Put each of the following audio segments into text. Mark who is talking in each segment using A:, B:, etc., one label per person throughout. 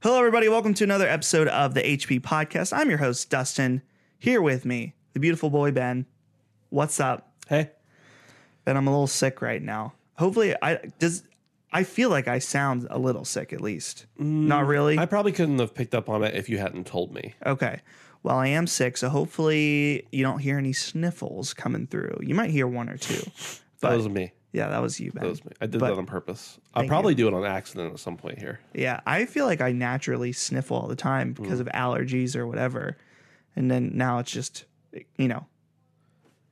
A: Hello, everybody. Welcome to another episode of the HP Podcast. I'm your host, Dustin. Here with me, the beautiful boy, Ben. What's up?
B: Hey,
A: Ben, I'm a little sick right now. Hopefully, I does. I feel like I sound a little sick, at least. Not really.
B: Mm, I probably couldn't have picked up on it if you hadn't told me.
A: okay. Well, I am sick, so hopefully you don't hear any sniffles coming through. You might hear one or two.
B: That
A: But-
B: was me.
A: Yeah, that was you, Ben.
B: That was me. I did
A: But-
B: that on purpose. I'll probably do it on accident at some point here.
A: Yeah, I feel like I naturally sniffle all the time
B: Mm.
A: because of allergies or whatever. And then now it's just, you know,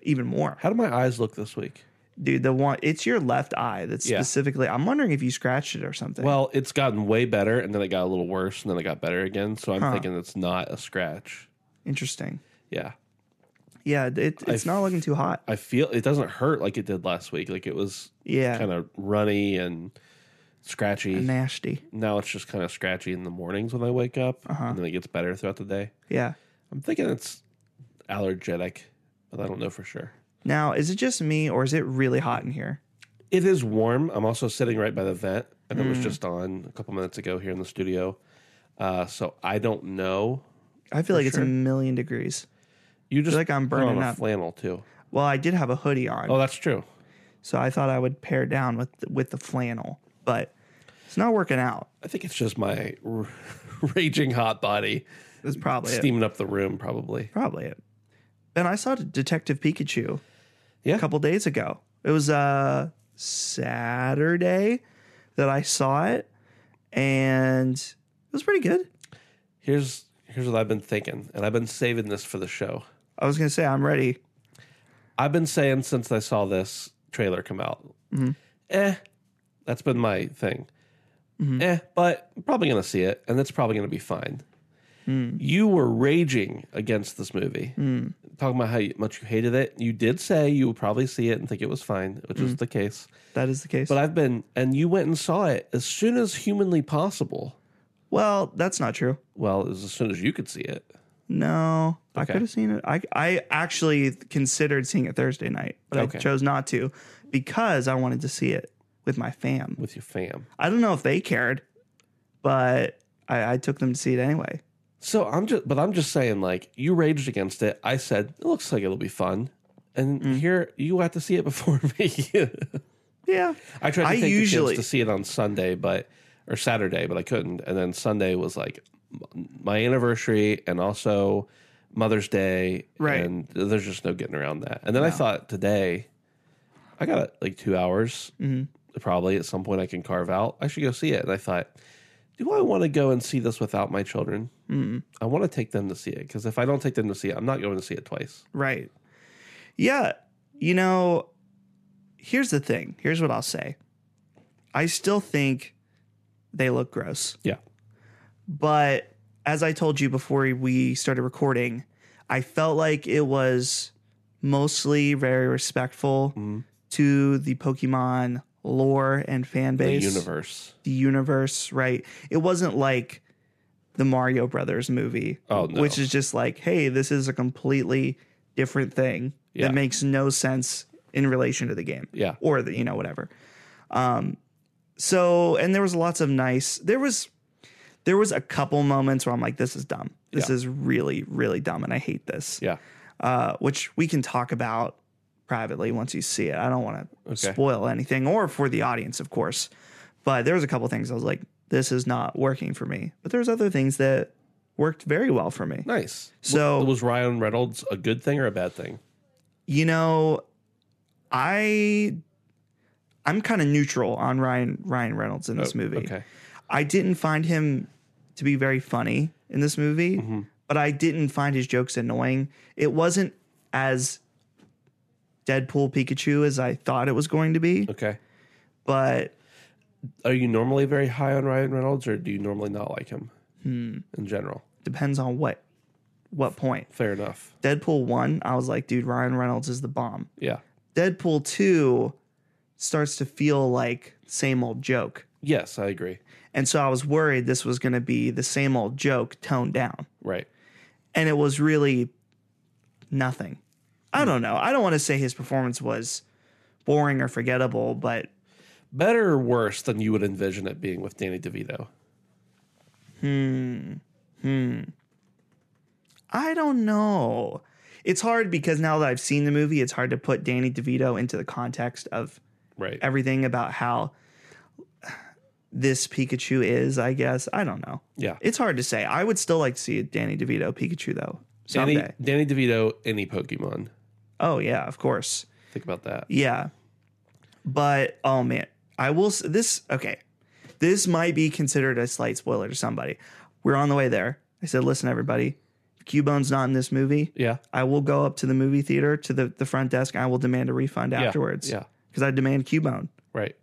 A: even more.
B: How do my eyes look this week?
A: Dude, the one it's your left eye that's
B: Yeah.
A: specifically I'm wondering if you scratched it or something.
B: Well, it's gotten way better, and then it got a little worse, and then it got better again. So I'm thinking it's not a scratch.
A: interesting.
B: Yeah,
A: Yeah, it, it's not looking too hot.
B: I feel it doesn't hurt like it did last week. Like it was
A: Yeah.
B: kind of runny and scratchy.
A: nasty.
B: now it's just kind of scratchy in the mornings when I wake up,
A: Uh-huh.
B: and then it gets better throughout the day.
A: Yeah.
B: I'm thinking it's allergenic, but I don't know for sure.
A: Now, is it just me or is it really hot in here?
B: It is warm. I'm also sitting right by the vent, and
A: Mm.
B: it was just on a couple minutes ago here in the studio. Uh, so I don't know.
A: I feel like it's a million degrees.
B: You just
A: like I'm
B: put on
A: burning
B: a
A: up.
B: flannel too.
A: Well, I did have a hoodie on,
B: Oh, that's true.
A: so I thought I would pare down with the, with the flannel, but it's not working out.
B: I think it's just my r- raging hot body
A: That's probably it.
B: steaming up the room, probably.
A: Probably it. And I saw Detective Pikachu
B: Yeah.
A: a couple days ago. It was uh Saturday that I saw it and it was pretty good.
B: Here's here's what I've been thinking, and I've been saving this for the show.
A: I was going to say I'm ready.
B: I've been saying since I saw this trailer come out, eh, that's been my thing. Eh, but I'm probably going to see it, and it's probably going to be fine. You were raging against this movie, talking about how you- much you hated it. You did say you would probably see it and think it was fine, which is the case.
A: That is the case.
B: But I've been, and you went and saw it as soon as humanly possible.
A: well, that's not true.
B: Well, it was as soon as you could see it.
A: No, I
B: Okay.
A: could have seen it. I I actually considered seeing it Thursday night, but I
B: Okay.
A: chose not to because I wanted to see it with my fam.
B: with your fam.
A: I don't know if they cared, but I, I took them to see it anyway.
B: So I'm just, but I'm just saying, like you raged against it. I said it looks like it'll be fun, and here you have to see it before me.
A: Yeah.
B: I tried to
A: I
B: take
A: usually-
B: the kids to see it on Sunday, but or Saturday, but I couldn't. And then Sunday was like my anniversary, and also Mother's Day,
A: Right.
B: And there's just no getting around that. And then I thought today, I got like two hours,
A: Mm-hmm.
B: probably at some point I can carve out. I should go see it. And I thought, do I want to go and see this without my children?
A: Mm-hmm.
B: I want to take them to see it because if I don't take them to see it, I'm not going to see it twice.
A: Right. Yeah. You know, here's the thing. Here's what I'll say. I still think they look gross,
B: Yeah,
A: but as I told you before we started recording, I felt like it was mostly very respectful to the Pokemon lore and fan
B: the
A: base
B: universe.
A: the universe, right? It wasn't like the Mario Brothers movie,
B: Oh, no.
A: which is just like, hey, this is a completely different thing
B: Yeah.
A: that makes no sense in relation to the game.
B: Yeah.
A: Or the, you know, whatever. Um, so, and there was lots of nice, there was, there was a couple moments where I'm like, this is dumb. This
B: Yeah.
A: is really, really dumb. And I hate this
B: Yeah.
A: uh, which we can talk about privately once you see it. I don't want to
B: Okay.
A: spoil anything or for the audience, of course. But there was a couple things I was like, this is not working for me. But there's other things that worked very well for me.
B: Nice.
A: So-
B: was Ryan Reynolds a good thing or a bad thing?
A: You know, I I'm kind of neutral on Ryan Ryan Reynolds in this
B: Oh,
A: movie.
B: Okay.
A: I didn't find him to be very funny in this movie, but I didn't find his jokes annoying. It wasn't as Deadpool Pikachu as I thought it was going to be,
B: Okay.
A: but
B: Are you normally very high on Ryan Reynolds or do you normally not like him
A: Hmm.
B: in general?
A: depends on what what point.
B: Fair enough.
A: Deadpool 1, I was like, dude, Ryan Reynolds is the bomb.
B: Yeah.
A: Deadpool 2 starts to feel like same old joke.
B: Yes, I agree.
A: And so I was worried this was going to be the same old joke toned down.
B: Right.
A: and it was really nothing. I don't know. I don't want to say his performance was boring or forgettable, but
B: Better or worse than you would envision it being with Danny DeVito?
A: I don't know. It's hard because now that I've seen the movie, it's hard to put Danny DeVito into the context of
B: Right.
A: everything about how this Pikachu is, I guess. I don't know.
B: Yeah.
A: It's hard to say. I would still like to see a Danny DeVito Pikachu though. Someday.
B: Danny, Danny DeVito, any Pokemon.
A: Oh yeah, of course.
B: Think about that.
A: Yeah. But oh man, I will s- this okay. This might be considered a slight spoiler to somebody. We're on the way there. I said, "Listen everybody, if Cubone's not in this movie.
B: Yeah.
A: I will go up to the movie theater to the, the front desk and I will demand a refund
B: Yeah,
A: afterwards."
B: yeah.
A: Cuz I demand Cubone.
B: Right.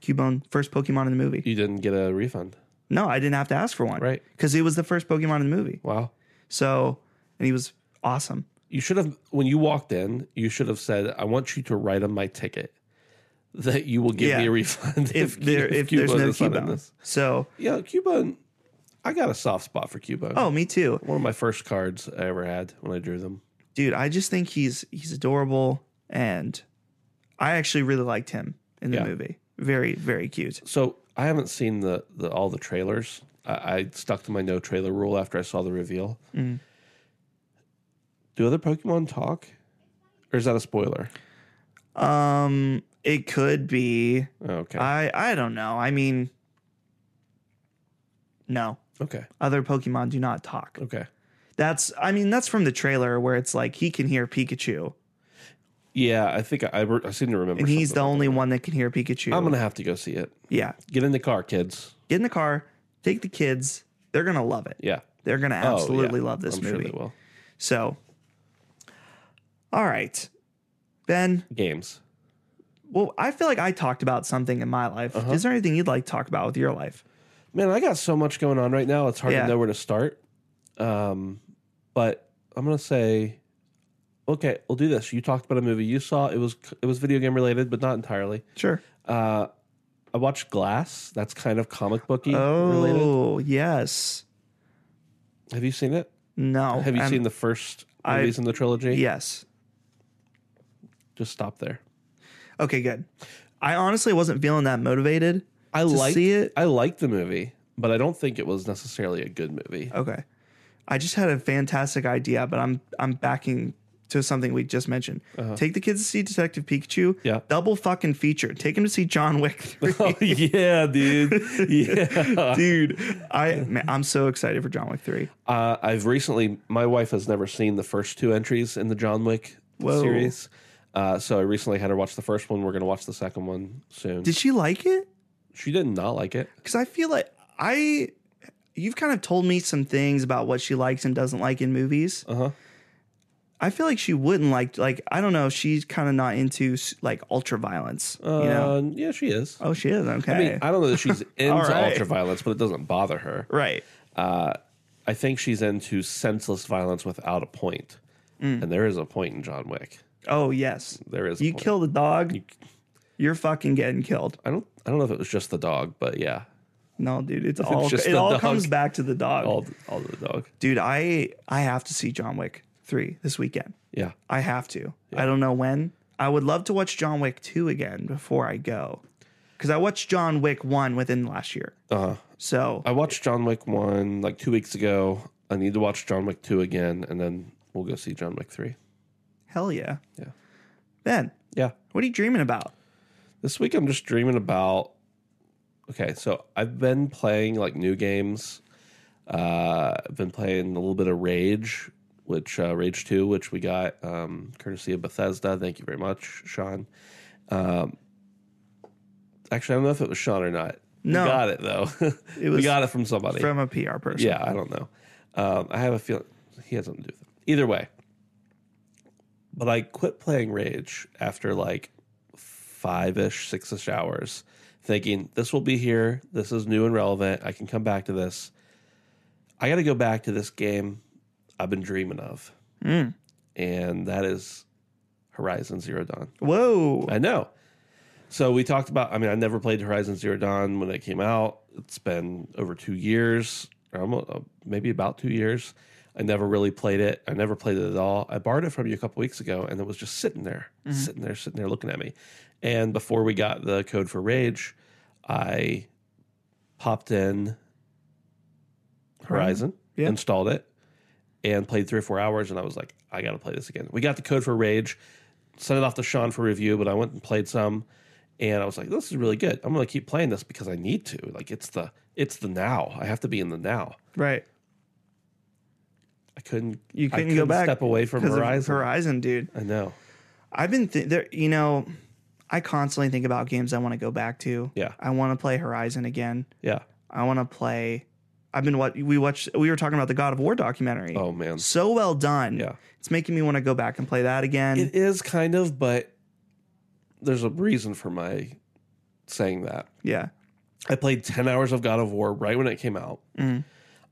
A: Cubone first Pokemon in the movie.
B: You didn't get a refund.
A: No, I didn't have to ask for one.
B: Right.
A: Cuz it was the first Pokemon in the movie.
B: Wow.
A: So, and he was awesome.
B: You should have, when you walked in, you should have said, I want you to write on my ticket that you will give
A: Yeah.
B: me a refund
A: If there if, there's
B: Cubone
A: no
B: is not in
A: Cubone.
B: this."
A: So,
B: Yeah, Cubone. I got a soft spot for Cubone.
A: oh, me too.
B: One of my first cards I ever had when I drew them.
A: dude, I just think he's he's adorable, and I actually really liked him in the
B: Yeah.
A: movie. Very very cute.
B: So I haven't seen the, the all the trailers. I, I stuck to my no trailer rule after I saw the reveal.
A: Mm.
B: Do other Pokemon talk, or is that a spoiler?
A: Um, it could be.
B: Okay,
A: I I don't know. I mean, no,
B: okay,
A: other Pokemon do not talk.
B: okay.
A: That's I mean that's from the trailer where it's like he can hear Pikachu,
B: Yeah, I think I I, re- I seem to remember.
A: and he's the
B: something.
A: only one that can hear Pikachu.
B: I'm gonna have to go see it.
A: yeah,
B: Get in the car, kids.
A: get in the car, take the kids. They're gonna love it.
B: Yeah,
A: They're gonna
B: Oh, yeah.
A: absolutely love this
B: I'm
A: movie.
B: Sure they will.
A: So, all right, Ben.
B: Games.
A: Well, I feel like I talked about something in my life.
B: Uh-huh.
A: Is there anything you'd like to talk about with your life?
B: Man, I got so much going on right now. It's hard
A: Yeah.
B: to know where to start. Um, but I'm gonna say, okay, we'll do this. You talked about a movie you saw. It was it was video game related, but not entirely.
A: Sure.
B: Uh, I watched Glass. That's kind of comic booky related.
A: Oh, yes.
B: Have you seen it?
A: No.
B: Have you
A: I'm-
B: seen the first
A: I-
B: movies in the trilogy?
A: Yes.
B: Just stop there.
A: Okay, good. I honestly wasn't feeling that motivated.
B: I
A: To
B: like
A: see it?
B: I liked the movie, but I don't think it was necessarily a good movie.
A: Okay. I just had a fantastic idea, but I'm I'm backing to something we just mentioned. Take the kids to see Detective Pikachu.
B: Uh-huh. Yeah.
A: Double fucking feature. Take them to see John Wick 3.
B: oh yeah, dude. Yeah.
A: Dude, I man, I'm so excited for John Wick 3.
B: Uh, I've recently, my wife has never seen the first two entries in the John Wick
A: Whoa.
B: series. Uh, so I recently had her watch the first one. We're going to watch the second one soon.
A: Did she like it?
B: she did not like it.
A: because I feel like I you've kind of told me some things about what she likes and doesn't like in movies.
B: Uh huh.
A: I feel like she wouldn't like like I don't know. She's kind of not into s- like ultra violence.
B: Uh,
A: you know?
B: Yeah, she is.
A: Oh, she is okay.
B: I mean, I don't know that she's into
A: right.
B: ultraviolence, but it doesn't bother her.
A: right.
B: Uh, I think she's into senseless violence without a point. And there is a point in John Wick.
A: Oh yes.
B: There is. A
A: Mm. You
B: point.
A: kill the dog, you're fucking getting killed.
B: I don't. I don't know if it was just the dog, but yeah,
A: No, dude, it's all
B: just
A: it
B: the
A: all
B: dog.
A: comes back to the dog.
B: All all the dog.
A: Dude, I I have to see John Wick 3 this weekend.
B: Yeah.
A: I have to. I don't know when. I would love to watch John Wick 2 again before I go. Cuz I watched John Wick 1 within last year.
B: Uh huh.
A: So,
B: I watched John Wick one like two weeks ago. I need to watch John Wick two again, and then we'll go see John Wick three.
A: hell yeah.
B: Yeah.
A: Ben,
B: Yeah.
A: what are you dreaming about?
B: This week I'm just dreaming about. Okay, so I've been playing like new games. Uh, I've been playing a little bit of Rage, which uh, Rage Two, which we got um, courtesy of Bethesda. Thank you very much, Sean. Um, actually, I don't know if it was Sean or not.
A: No.
B: we got it though. we
A: was
B: got it from somebody.
A: From a PR person.
B: Yeah, I don't know. Um, I have a feeling he has something to do with it. Either way. But I quit playing Rage after like five ish, six ish hours, thinking this will be here. This is new and relevant. I can come back to this. I got to go back to this game I've been dreaming of.
A: Mm.
B: And that is Horizon Zero Dawn.
A: Whoa.
B: I know. So we talked about. I mean, I never played Horizon Zero Dawn when it came out. It's been over two years, or almost, uh, maybe about two years. I never really played it. I never played it at all. I borrowed it from you a couple weeks ago, and it was just sitting there, sitting there, sitting there, looking at me. And before we got the code for Rage, I popped in Horizon,
A: Yeah.
B: installed it, and played three or four hours. And I was like, I got to play this again. We got the code for Rage, sent it off to Sean for review, but I went and played some, and I was like, this is really good. I'm going to keep playing this because I need to. Like it's the it's the now. I have to be in the now.
A: Right.
B: I couldn't
A: You
B: I
A: couldn't, go back.
B: step away from
A: 'cause of
B: Horizon.
A: Horizon, dude.
B: I know.
A: I've been th- there. You know, I constantly think about games I want to go back to.
B: Yeah.
A: I want to play Horizon again.
B: Yeah.
A: I want to play. I've been what we watched. We were talking about the God of War documentary.
B: Oh man.
A: so well done.
B: Yeah.
A: it's making me want to go back and play that again.
B: It is kind of, but there's a reason for my saying that.
A: yeah,
B: I played 10 hours of God of War right when it came out.
A: Mhm.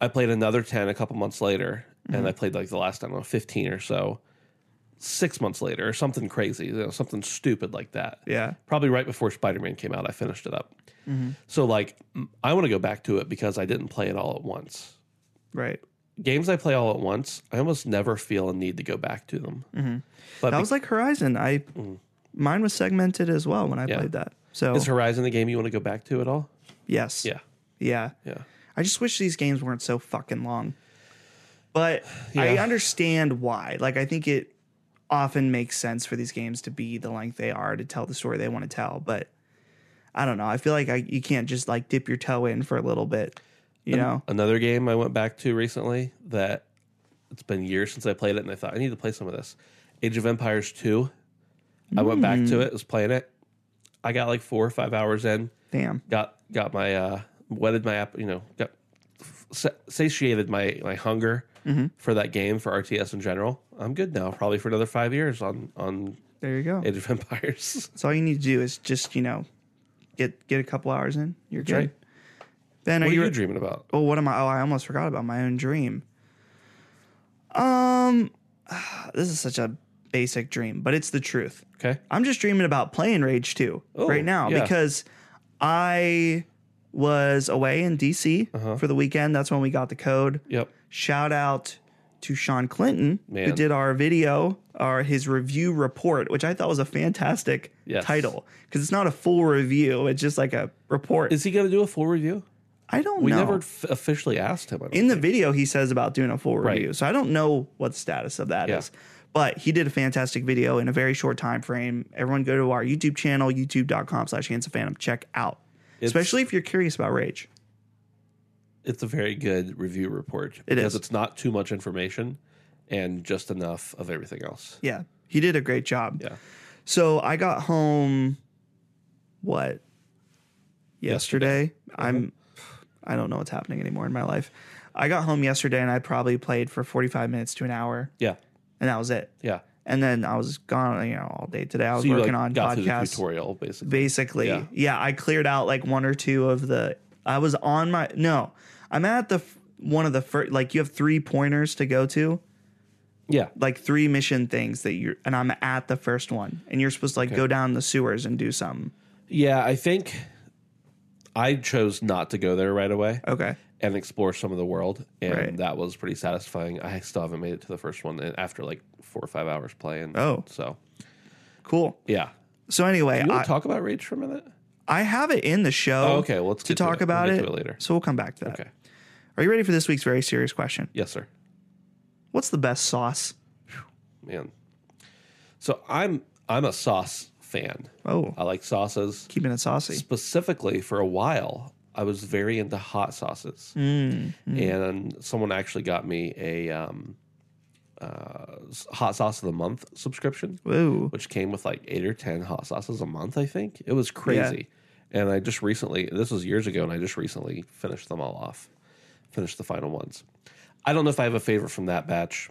B: I played another 10 a couple months later,
A: Mm-hmm.
B: and I played like the last, I don't know, 15 or so, six months later, or something crazy, you know, something stupid like that.
A: yeah, Mm-hmm.
B: Probably right before Spider Man came out, I finished it up. So, like, m- I want to go back to it because I didn't play it all at once.
A: right.
B: Games I play all at once, I almost never feel a need to go back to them.
A: Mm-hmm.
B: But Mm.
A: That was like Horizon. I mine was segmented as well when I
B: Yeah.
A: played that. So
B: is Horizon the game you want to go back to at all?
A: yes,
B: Yeah.
A: yeah.
B: Yeah.
A: I just wish these games weren't so fucking long. But I
B: Yeah.
A: understand why. Like I think it often makes sense for these games to be the length they are to tell the story they want to tell, but I don't know. I feel like I, you can't just like dip your toe in for a little bit,
B: Um,
A: you know.
B: Another game I went back to recently that it's been years since I played it, and I thought I need to play some of this. Age of Empires Two. I went back to it, was playing it. I got like four or five hours in.
A: Damn.
B: Got got my uh whetted my app, you know, got sa- satiated my my hunger for that game for RTS in general. I'm good now, probably for another five years on on
A: There you go.
B: Age of Empires.
A: so all you need to do is just, you know, get get a couple hours in. You're good.
B: right.
A: Then are
B: what are
A: you,
B: you dreaming about?
A: Oh, what am I? Oh, I almost forgot about my own dream. Um, this is such a basic dream, but it's the truth.
B: Okay,
A: I'm just dreaming about playing Rage 2
B: Oh,
A: right now
B: yeah.
A: because I was away in DC
B: Uh-huh.
A: for the weekend. That's when we got the code.
B: yep,
A: Shout out to Sean Clinton who
B: Man.
A: did our video, our his review report, which I thought was a fantastic
B: Yes.
A: title because it's not a full review; it's just like a report.
B: is he going to do a full review?
A: I don't
B: We
A: know.
B: never f- officially asked him. I don't
A: in the video he says about doing a full review so i don't know what the status of that is,
B: Yeah.
A: but he did a fantastic video in a very short time frame everyone go to our youtube channel youtube.com slash hands of phantom check out especially if you're curious about rage
B: it's a very good review report
A: It is.
B: because it's not too much information and just enough of everything else.
A: yeah he did a great job
B: Yeah.
A: so i got home what yesterday,
B: Yesterday. Uh-huh.
A: i'm i don't know what's happening anymore in my life i got home yesterday and i probably played for 45 minutes to an hour
B: Yeah.
A: and that was it
B: Yeah.
A: and then i was gone you know all day today i was
B: So you
A: working
B: like,
A: on
B: got through the
A: podcasts
B: tutorial basically.
A: basically. Yeah.
B: Yeah.
A: I cleared out like one or two of the. I was on my no. I'm at the f- one of the first. Like you have three pointers to go to,
B: Yeah.
A: like three mission things that you're, and I'm at the first one, and you're supposed to like go down the sewers and do something.
B: Yeah, I think I chose not to go there right away
A: Okay.
B: and explore some of the world, and
A: Right.
B: that was pretty satisfying. I still haven't made it to the first one and after like four or five hours playing.
A: Oh.
B: so
A: Cool.
B: yeah.
A: So anyway,
B: You want
A: I,
B: to talk about Rage for a minute?
A: I have it in the show.
B: Oh, okay, well, let's
A: to
B: get to
A: talk
B: it. We'll
A: about
B: get
A: it.
B: to it later.
A: So we'll come back to that.
B: Okay.
A: Are you ready for this week's very serious question?
B: Yes, sir.
A: What's the best sauce?
B: Man, so I'm I'm a sauce fan.
A: Oh,
B: I like sauces.
A: keeping it saucy.
B: specifically for a while i was very into hot sauces and someone actually got me a um, uh, s- hot sauce of the month subscription
A: Whoa.
B: which came with like eight or ten hot sauces a month i think it was crazy and i just recently this was years ago and i just recently finished them all off finished the final ones i don't know if i have a favorite from that batch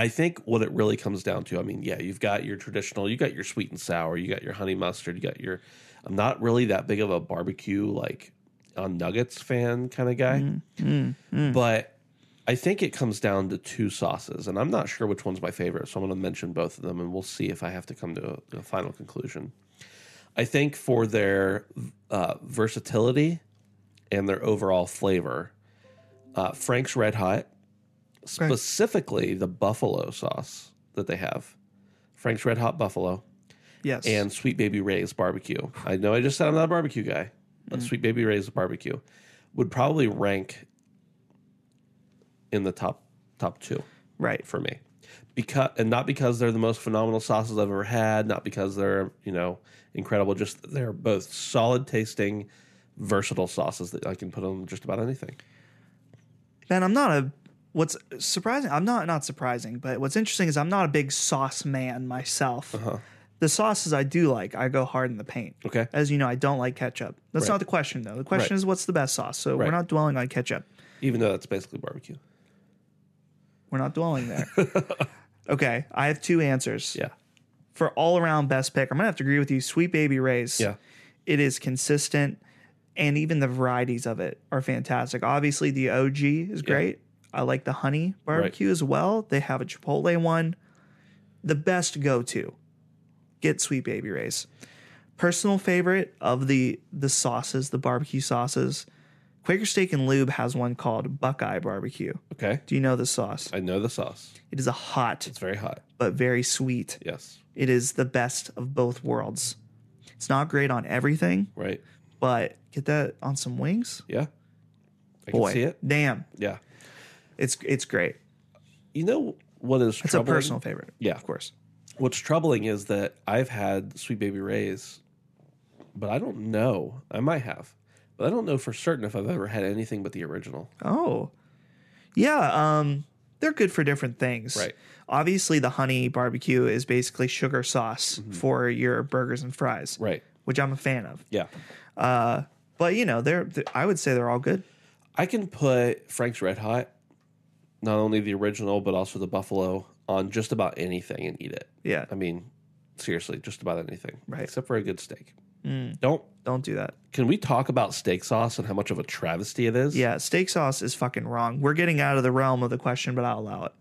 B: I think what it really comes down to, I mean, yeah, you've got your traditional, you got your sweet and sour, you got your honey mustard, you got your. I'm not really that big of a barbecue like on nuggets fan kind of guy, but I think it comes down to two sauces, and I'm not sure which one's my favorite, so I'm going to mention both of them, and we'll see if I have to come to a, a final conclusion. I think for their uh, versatility and their overall flavor, uh, Frank's Red Hot specifically the buffalo sauce that they have frank's red hot buffalo
A: Yes.
B: and sweet baby ray's barbecue i know i just said i'm not a barbecue guy but sweet baby ray's barbecue would probably rank in the top top two
A: right.
B: for me because and not because they're the most phenomenal sauces i've ever had not because they're you know incredible just that they're both solid tasting versatile sauces that i can put on just about anything
A: Man, I'm not a what's surprising. I'm not not surprising, but what's interesting is I'm not a big sauce man myself. The sauces I do like, I go hard in the paint.
B: Uh-huh. Okay.
A: As you know, I don't like ketchup. That's
B: Right.
A: not the question though. The question
B: Right.
A: is what's the best sauce. So we're
B: Right.
A: not dwelling on ketchup.
B: even though that's basically barbecue
A: We're not dwelling there. okay, I have two answers
B: yeah
A: for all around best pick. I'm gonna have to agree with you. Sweet Baby Ray's.
B: yeah
A: it is consistent and even the varieties of it are fantastic obviously the og is great i like the honey barbecue as well they have a chipotle one the best go-to get sweet baby rays personal favorite of the the sauces the barbecue sauces quaker steak and lube has one called buckeye barbecue
B: okay
A: do you know this sauce
B: I know the sauce.
A: it is a hot
B: It's very hot.
A: but very sweet
B: Yes.
A: it is the best of both worlds it's not great on everything
B: Right.
A: but get that on some wings.
B: Yeah. I
A: Boy,
B: can see it.
A: damn,
B: Yeah.
A: it's it's great.
B: You know what is
A: It's
B: troubling?
A: a personal favorite.
B: Yeah.
A: of course.
B: What's troubling is that I've had Sweet Baby Ray's, but I don't know. I might have, but I don't know for certain if I've ever had anything but the original.
A: Oh, yeah. Um, they're good for different things.
B: Right.
A: Obviously, the honey barbecue is basically sugar sauce for your burgers and fries,
B: Mm-hmm. Right.
A: which I'm a fan of.
B: Yeah.
A: But you know, they're, th- I would say they're all good.
B: I can put Frank's Red Hot, not only the original, but also the Buffalo, on just about anything and eat it.
A: Yeah.
B: I mean, seriously, just about anything.
A: Right.
B: Except for a good steak. Don't
A: Don't do that.
B: Can we talk about steak sauce and how much of a travesty it is?
A: Yeah, steak sauce is fucking wrong. We're getting out of the realm of the question, but I'll allow it.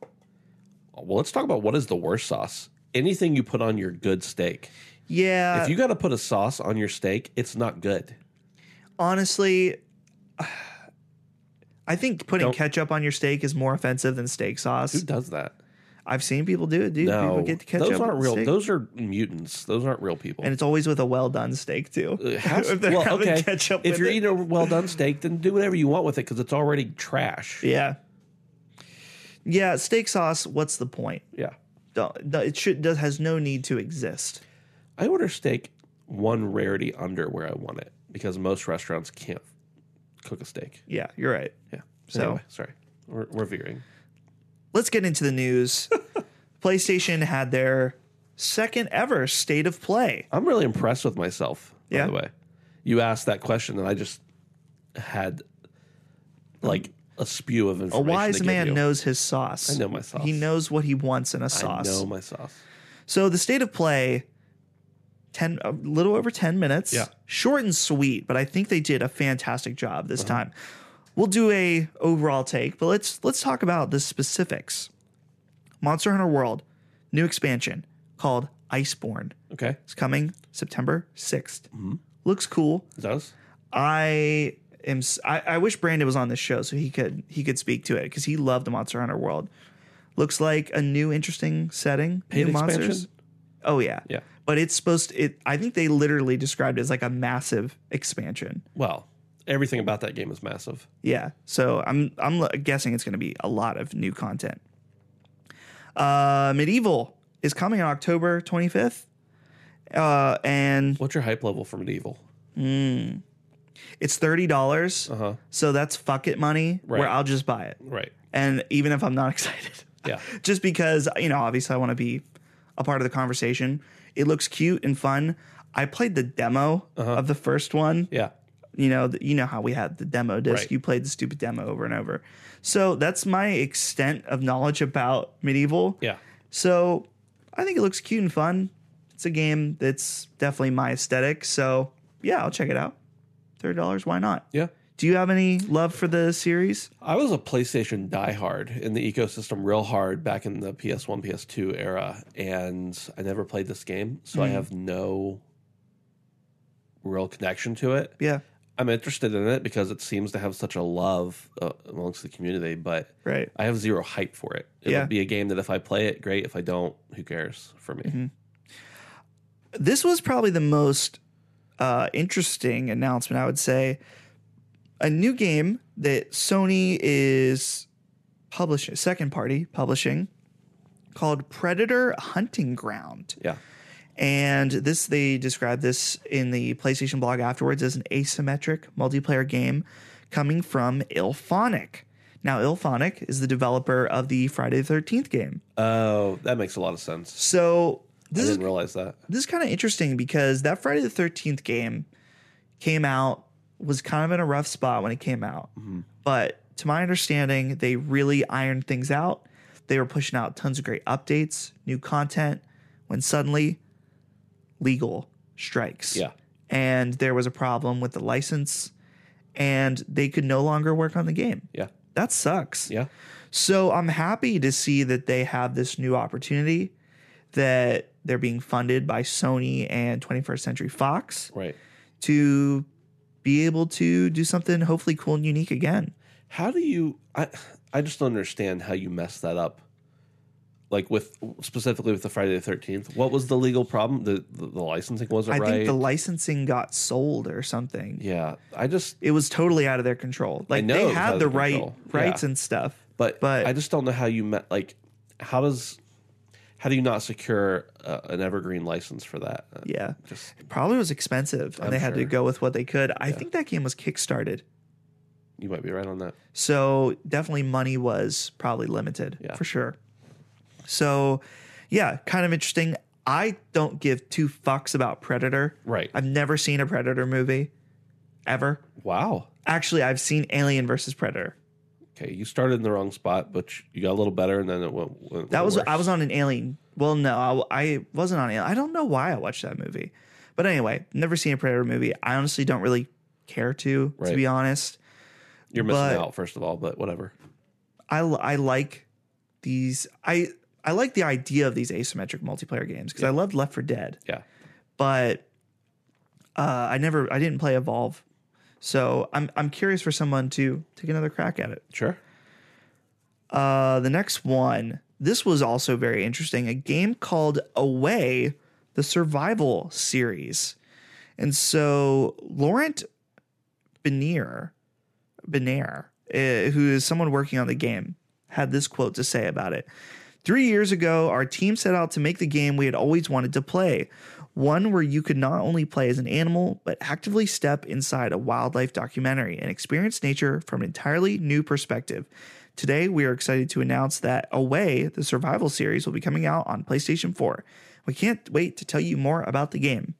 B: Well, let's talk about what is the worst sauce. Anything you put on your good steak.
A: Yeah.
B: if you got to put a sauce on your steak, it's not good.
A: honestly i think putting
B: Don't-
A: ketchup on your steak is more offensive than steak
B: Who
A: sauce
B: does that?
A: i've seen people do it dude
B: No,
A: people get the ketchup
B: those
A: on
B: aren't real.
A: steak.
B: Those are mutants. Those aren't real people.
A: and it's always with a well-done steak too
B: It has-
A: if they're
B: Uh, well,
A: having
B: okay.
A: ketchup
B: if
A: with
B: you're
A: it.
B: eating a well done steak, then do whatever you want with it because it's already trash.
A: yeah yeah steak sauce what's the point
B: Yeah.
A: Don't- no, it should does, has no need to exist
B: I order steak one rarity under where I want it because most restaurants can't cook a steak.
A: yeah you're right
B: Yeah.
A: So-
B: anyway, sorry, we're, we're veering.
A: let's get into the news playstation had their second ever state of play
B: I'm really impressed with myself.
A: Yeah?
B: By the way, you asked that question, and I just had like a spew of
A: a
B: information. to
A: wise
B: give
A: man
B: you.
A: knows his sauce
B: I know my sauce.
A: he knows what he wants in a sauce
B: Oh. I know my sauce.
A: So the state of play, ten a little over ten minutes.
B: Yeah.
A: short and sweet, but I think they did a fantastic job
B: Uh-huh.
A: this time. We'll do a overall take, but let's let's talk about the specifics. Monster Hunter World, new expansion called Iceborne.
B: Okay, Mm-hmm.
A: It's coming September 6th Looks cool.
B: it does
A: I am. s- I, I wish Brandon was on this show so he could he could speak to it because he loved the Monster Hunter World. Looks like a new interesting setting.
B: Paid
A: new
B: expansion?
A: monsters. Oh yeah,
B: Yeah.
A: But it's supposed to. It, I think they literally described it as like a massive expansion.
B: Well, everything about that game is massive.
A: Yeah. So I'm I'm l- guessing it's going to be a lot of new content. Uh, Medieval is coming on October 25th. Uh, and
B: What's your hype level for Medieval?
A: it's thirty dollars,
B: Uh huh.
A: so that's fuck it money
B: Right.
A: where I'll just buy it,
B: Right.
A: and even if I'm not excited,
B: Yeah.
A: just because you know, obviously, I want to be a part of the conversation. It looks cute and fun. I played the demo
B: Uh-huh.
A: of the first one,
B: Yeah.
A: you know, th- you know how we had the demo disc.
B: Right.
A: You played the stupid demo over and over. So that's my extent of knowledge about medieval.
B: Yeah.
A: So I think it looks cute and fun. It's a game that's definitely my aesthetic. So yeah, I'll check it out. Thirty dollars, why not?
B: Yeah.
A: Do you have any love for the series?
B: I was a PlayStation diehard in the ecosystem real hard back in the PS1, PS2 era, and I never played this game, so
A: Mm.
B: I have no real connection to it.
A: Yeah,
B: I'm interested in it because it seems to have such a love uh, amongst the community, but
A: right.
B: I have zero hype for it. It'll
A: Yeah.
B: be a game that if I play it, great. If I don't, who cares for me?
A: Mm-hmm. This was probably the most uh, interesting announcement, I would say. A new game that Sony is publishing, second party publishing, called Predator Hunting Ground.
B: Yeah.
A: And this, they described this in the PlayStation blog afterwards as an asymmetric multiplayer game coming from Ilphonic. Now, Ilphonic is the developer of the Friday the 13th game.
B: Oh, that makes a lot of sense.
A: So, this
B: I
A: is
B: didn't realize that.
A: this is kind of interesting because that Friday the 13th game came out was kind of in a rough spot when it came out. But to my understanding, they really ironed things out. They were pushing out tons of great updates, new content, when suddenly legal strikes.
B: Yeah.
A: And there was a problem with the license and they could no longer work on the game.
B: Yeah.
A: That sucks.
B: Yeah.
A: So I'm happy to see that they have this new opportunity that they're being funded by Sony and 21st Century Fox
B: Right.
A: to be able to do something hopefully cool and unique again.
B: How do you? I I just don't understand how you mess that up. Like with specifically with the Friday the Thirteenth, what was the legal problem? The the, the licensing wasn't
A: I
B: right.
A: think the licensing got sold or something.
B: yeah, I just
A: It was totally out of their conol. Like
B: know it
A: they
B: was out
A: had
B: of
A: the
B: their
A: right
B: control.
A: rights
B: Yeah.
A: and stuff.
B: but
A: But-
B: I just don't know how you met like how does how do you not secure uh, an evergreen license for that? Uh,
A: Yeah.
B: Just
A: It probably was expensive and
B: I'm
A: they had to
B: sure.
A: go with what they could. I think that game was kickstarted.
B: you might be right on that.
A: So definitely money was probably limited
B: Yeah.
A: for sure. So yeah, kind of interesting. I don't give two fucks about Predator.
B: Right.
A: I've never seen a Predator movie ever.
B: Wow.
A: Actually, I've seen Alien versus Predator.
B: Okay, you started in the wrong spot, but you- you got a little better, and then it went. went
A: That was
B: worse.
A: I was on an Alien. Well, no, I, I wasn't on Alien. I don't know why I watched that movie. But anyway, never seen a Predator movie. I honestly don't really care to
B: Right.
A: to be honest.
B: You're missing
A: but-
B: out, first of all, but whatever.
A: I, l- I like these I I like the idea of these asymmetric multiplayer games because I loved Left for Dead,
B: Yeah.
A: but uh, I never I didn't play Evolve, so I'm I'm curious for someone to take another crack at it.
B: Sure.
A: Uh, the next one, this was also very interesting, a game called Away, the Survival series, and so Laurent Benier, Benier, uh, who is someone working on the game, had this quote to say about it. Three years ago, our team set out to make the game we had always wanted to play. One where you could not only play as an animal, but actively step inside a wildlife documentary and experience nature from an entirely new perspective. Today, we are excited to announce that Away, the survival series, will be coming out on PlayStation 4. We can't wait to tell you more about the game.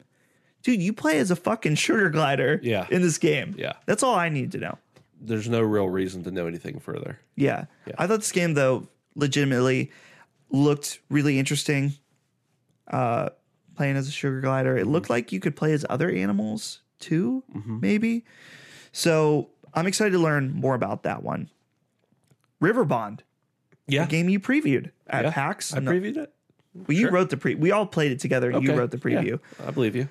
A: Dude, you play as a fucking sugar glider
B: Yeah.
A: in this game.
B: Yeah.
A: That's all I need to know.
B: There's no real reason to know anything further.
A: Yeah. I thought this game though legitimately looked really interesting. Uh playing as a sugar glider. It
B: Mm-hmm.
A: looked like you could play as other animals too, maybe. So I'm excited to learn more about that one. Riverbond,
B: Yeah.
A: a game you previewed at
B: yeah.
A: PAX.
B: I
A: No,
B: previewed it.
A: well, you wrote the pre. We all played it together. and You
B: Okay,
A: wrote the preview. Uh,
B: yeah, I believe you.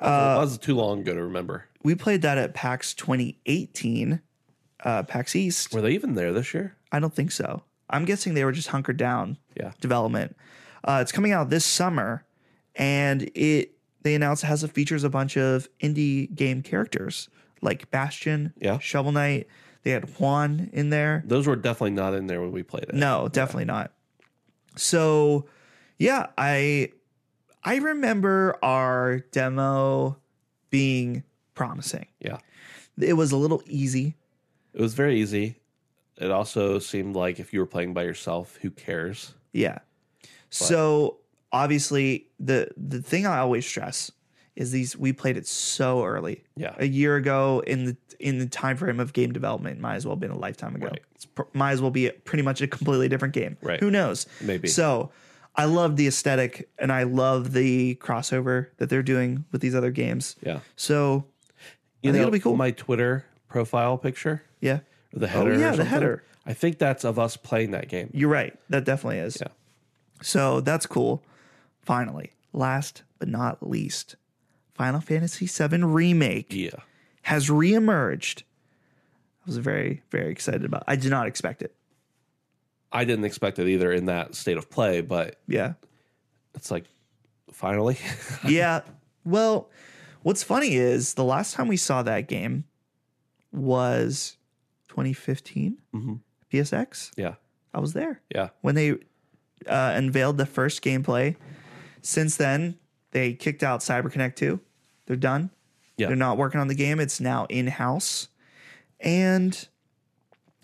B: that was too long ago to remember.
A: We played that at PAX 2018, uh, PAX East.
B: Were they even there this year?
A: I don't think so. I'm guessing they were just hunkered down
B: Yeah.
A: development. Uh, it's coming out this summer, and it they announced it has a features a bunch of indie game characters like Bastion,
B: Yeah.
A: Shovel Knight. They had Juan in there.
B: Those were definitely not in there when we played it.
A: No, definitely not. So, yeah, I I remember our demo being promising.
B: Yeah.
A: It was a little easy.
B: It was very easy. It also seemed like if you were playing by yourself, who cares?
A: Yeah. So obviously the the thing I always stress is these we played it so early.
B: Yeah.
A: A year ago in the in the time frame of game development might as well have been a lifetime ago.
B: Right.
A: It's pr- might as well be pretty much a completely different game.
B: Right.
A: Who knows?
B: Maybe.
A: So I love the aesthetic and I love the crossover that they're doing with these other games.
B: Yeah.
A: So
B: You
A: I think it'll be cool.
B: My Twitter profile picture,
A: yeah.
B: or the header. or
A: yeah, the
B: something,
A: header.
B: I think that's of us playing that game.
A: You're right. That definitely is.
B: Yeah.
A: So that's cool. Finally, last but not least, Final Fantasy VII Remake
B: Yeah.
A: has reemerged. I was very, very excited about. I did not expect it.
B: I didn't expect it either in that state of play, but
A: Yeah,
B: it's like finally.
A: yeah. Well, what's funny is the last time we saw that game was 2015
B: Mhm.
A: PSX.
B: yeah.
A: I was there.
B: Yeah.
A: when they uh, unveiled the first gameplay. Since then, they kicked out CyberConnect 2. They're done.
B: Yeah.
A: They're not working on the game. It's now in house. And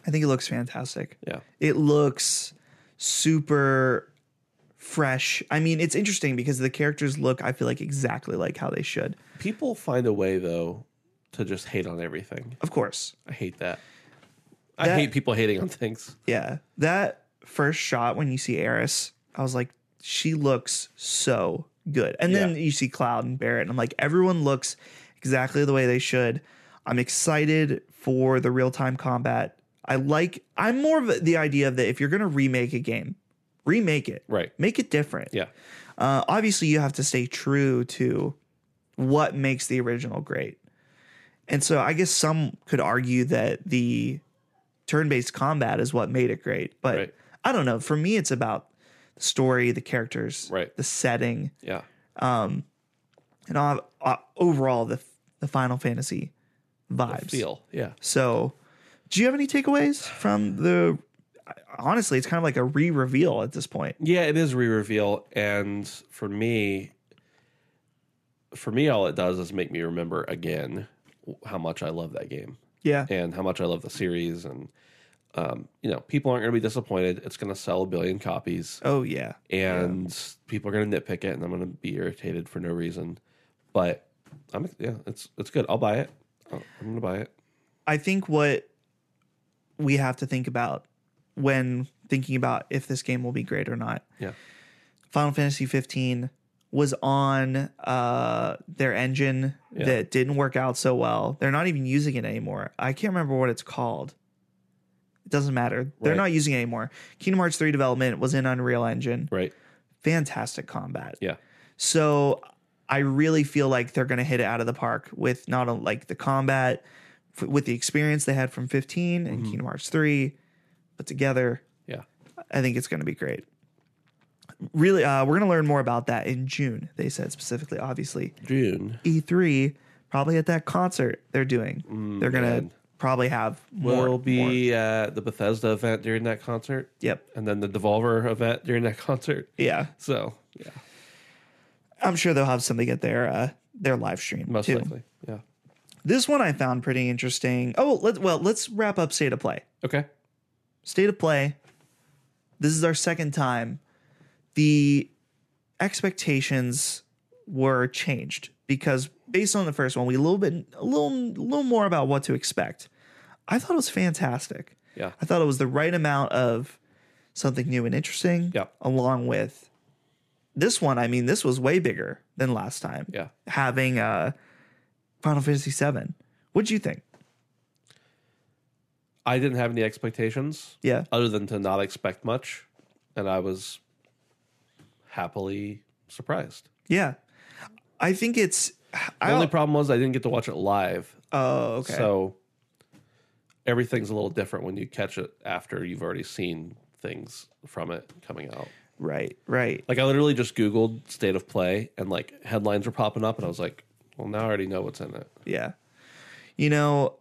A: I think it looks fantastic.
B: Yeah.
A: It looks super fresh. I mean, it's interesting because the characters look, I feel like, exactly like how they should.
B: People find a way though to just hate on everything.
A: Of course.
B: I hate that. I
A: That-
B: hate people hating on things.
A: Yeah. That first shot when you see Eris, I was like, she looks so good. And then
B: Yeah.
A: you see Cloud and Barrett, and I'm like, everyone looks exactly the way they should. I'm excited for the real time combat. I like, I'm more of the idea that if you're going to remake a game, remake it,
B: Right.
A: make it different.
B: Yeah.
A: Uh, obviously, you have to stay true to what makes the original great. And so I guess some could argue that the turn based combat is what made it great. But
B: Right.
A: I don't know. For me, it's about the story, the characters,
B: Right.
A: the setting,
B: Yeah.
A: and all, uh, overall the, the Final Fantasy vibes.
B: Feel. Yeah.
A: So, do you have any takeaways from the. Honestly, it's kind of like a re reveal at this point.
B: Yeah, it is re-reveal, and for me, for me, all it does is make me remember again how much I love that game
A: Yeah.
B: and how much I love the series. And um, you know, people aren't going to be disappointed. It's going to sell a billion copies,
A: Oh, yeah.
B: and people are going to nitpick it, and I'm going to be irritated for no reason. But I'm yeah, it's it's good. I'll buy it. I'm going to buy it.
A: I think what we have to think about when thinking about if this game will be great or not.
B: Yeah.
A: Final Fantasy 15 was on uh, their engine
B: Yeah.
A: that didn't work out so well. They're not even using it anymore. I can't remember what it's called. It doesn't matter. They're
B: Right.
A: not using it anymore. Kingdom Hearts 3 development was in Unreal Engine.
B: Right?
A: Fantastic combat.
B: Yeah.
A: So I really feel like they're going to hit it out of the park with not only like the combat, f- with the experience they had from 15
B: Mm-hmm.
A: and Kingdom Hearts 3, but together,
B: Yeah.
A: I think it's going to be great. Really, uh, we're going to learn more about that in June, they said specifically, obviously.
B: June.
A: E3, probably at that concert they're doing, they're going
B: Mm, man.
A: to probably have more.
B: We'll
A: more-
B: be at the Bethesda event during that concert.
A: Yep.
B: and then the Devolver event during that concert.
A: Yeah.
B: So yeah,
A: I'm sure they'll have something at their, uh, their live stream
B: most
A: too.
B: likely. Yeah.
A: This one I found pretty interesting. Oh, let, well, let's wrap up State of Play.
B: Okay.
A: State of Play. This is our second time. The expectations were changed because based on the first one, we a little bit, a little, little more about what to expect. I thought it was fantastic.
B: Yeah.
A: I thought it was the right amount of something new and interesting.
B: Yeah.
A: Along with this one, I mean, this was way bigger than last time.
B: Yeah.
A: Having uh, Final Fantasy VII. What'd you think?
B: I didn't have any expectations
A: Yeah.
B: other than to not expect much, and I was happily surprised.
A: Yeah. I think it's
B: The only problem was I didn't get to watch it live,
A: Oh, okay.
B: so everything's a little different when you catch it after you've already seen things from it coming out.
A: right, right.
B: Like I literally just Googled state of play and like headlines were popping up, and I was like, well, now I already know what's in it.
A: Yeah. You know,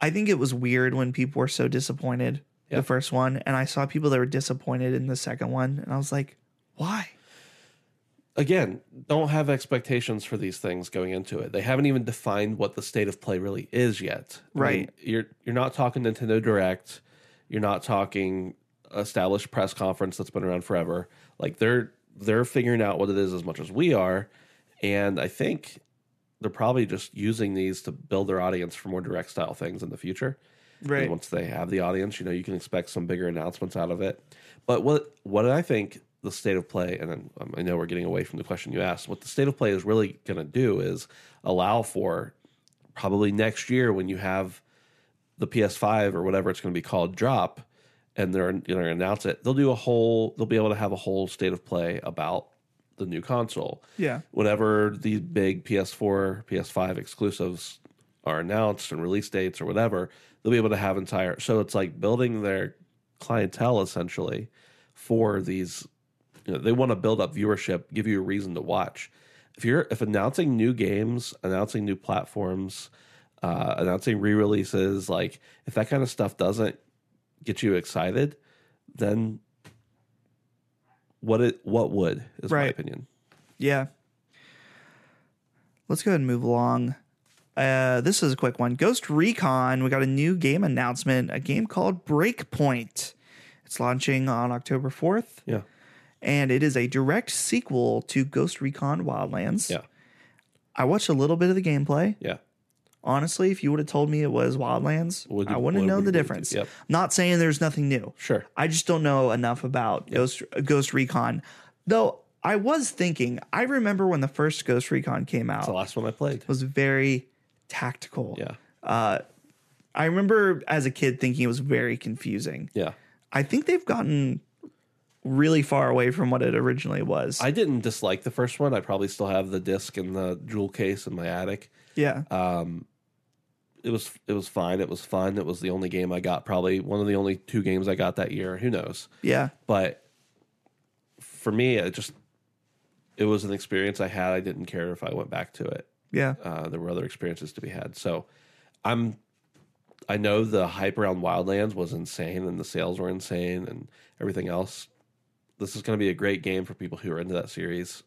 A: I think it was weird when people were so disappointed
B: Yeah.
A: the first one, and I saw people that were disappointed in the second one, and I was like, why?
B: Again, don't have expectations for these things going into it. They haven't even defined what the state of play really is yet. I mean,
A: Right.
B: you're you're not talking Nintendo Direct. You're not talking established press conference that's been around forever. Like they're they're figuring out what it is as much as we are, and I think they're probably just using these to build their audience for more direct style things in the future. And once they have the audience, you know, you can expect some bigger announcements out of it. But what what I think the state of play, and then um, I know we're getting away from the question you asked. What the state of play is really going to do is allow for probably next year when you have the PS5 or whatever it's going to be called drop, and they're going to announce it. They'll do a whole. They'll be able to have a whole state of play about the new console
A: Yeah.
B: whenever these big PS4, PS5 exclusives are announced and release dates or whatever, they'll be able to have entire. So it's like building their clientele essentially for these. You know, they want to build up viewership, give you a reason to watch. If you're if announcing new games, announcing new platforms, uh, announcing re-releases, like if that kind of stuff doesn't get you excited, then what it what would is my
A: Right.
B: opinion.
A: Yeah. Let's go ahead and move along. Uh, this is a quick one. Ghost Recon. We got a new game announcement. A game called Breakpoint. It's launching on October fourth,
B: Yeah.
A: and it is a direct sequel to Ghost Recon Wildlands.
B: Yeah.
A: I watched a little bit of the gameplay.
B: Yeah.
A: Honestly, if you would have told me it was Wildlands,
B: Would-
A: I wouldn't
B: would-
A: know the
B: would-
A: difference.
B: yep.
A: Not saying there's nothing new.
B: Sure.
A: I just don't know enough about Ghost Ghost Recon. Though I was thinking, I remember when the first Ghost Recon came out,
B: The last one I played.
A: it was very tactical.
B: Yeah.
A: I remember as a kid thinking it was very confusing.
B: Yeah.
A: I think they've gotten really far away from what it originally was.
B: I didn't dislike the first one. I probably still have the disc and the jewel case in my attic. Um,
A: yeah.
B: It was it was fine. It was fun. It was the only game I got. Probably one of the only two games I got that year. Who knows?
A: yeah.
B: But for me, it just it was an experience I had. I didn't care if I went back to it.
A: Yeah.
B: Uh, there were other experiences to be had. So I'm I know the hype around Wildlands was insane and the sales were insane and everything else. This is going to be a great game for people who are into that series.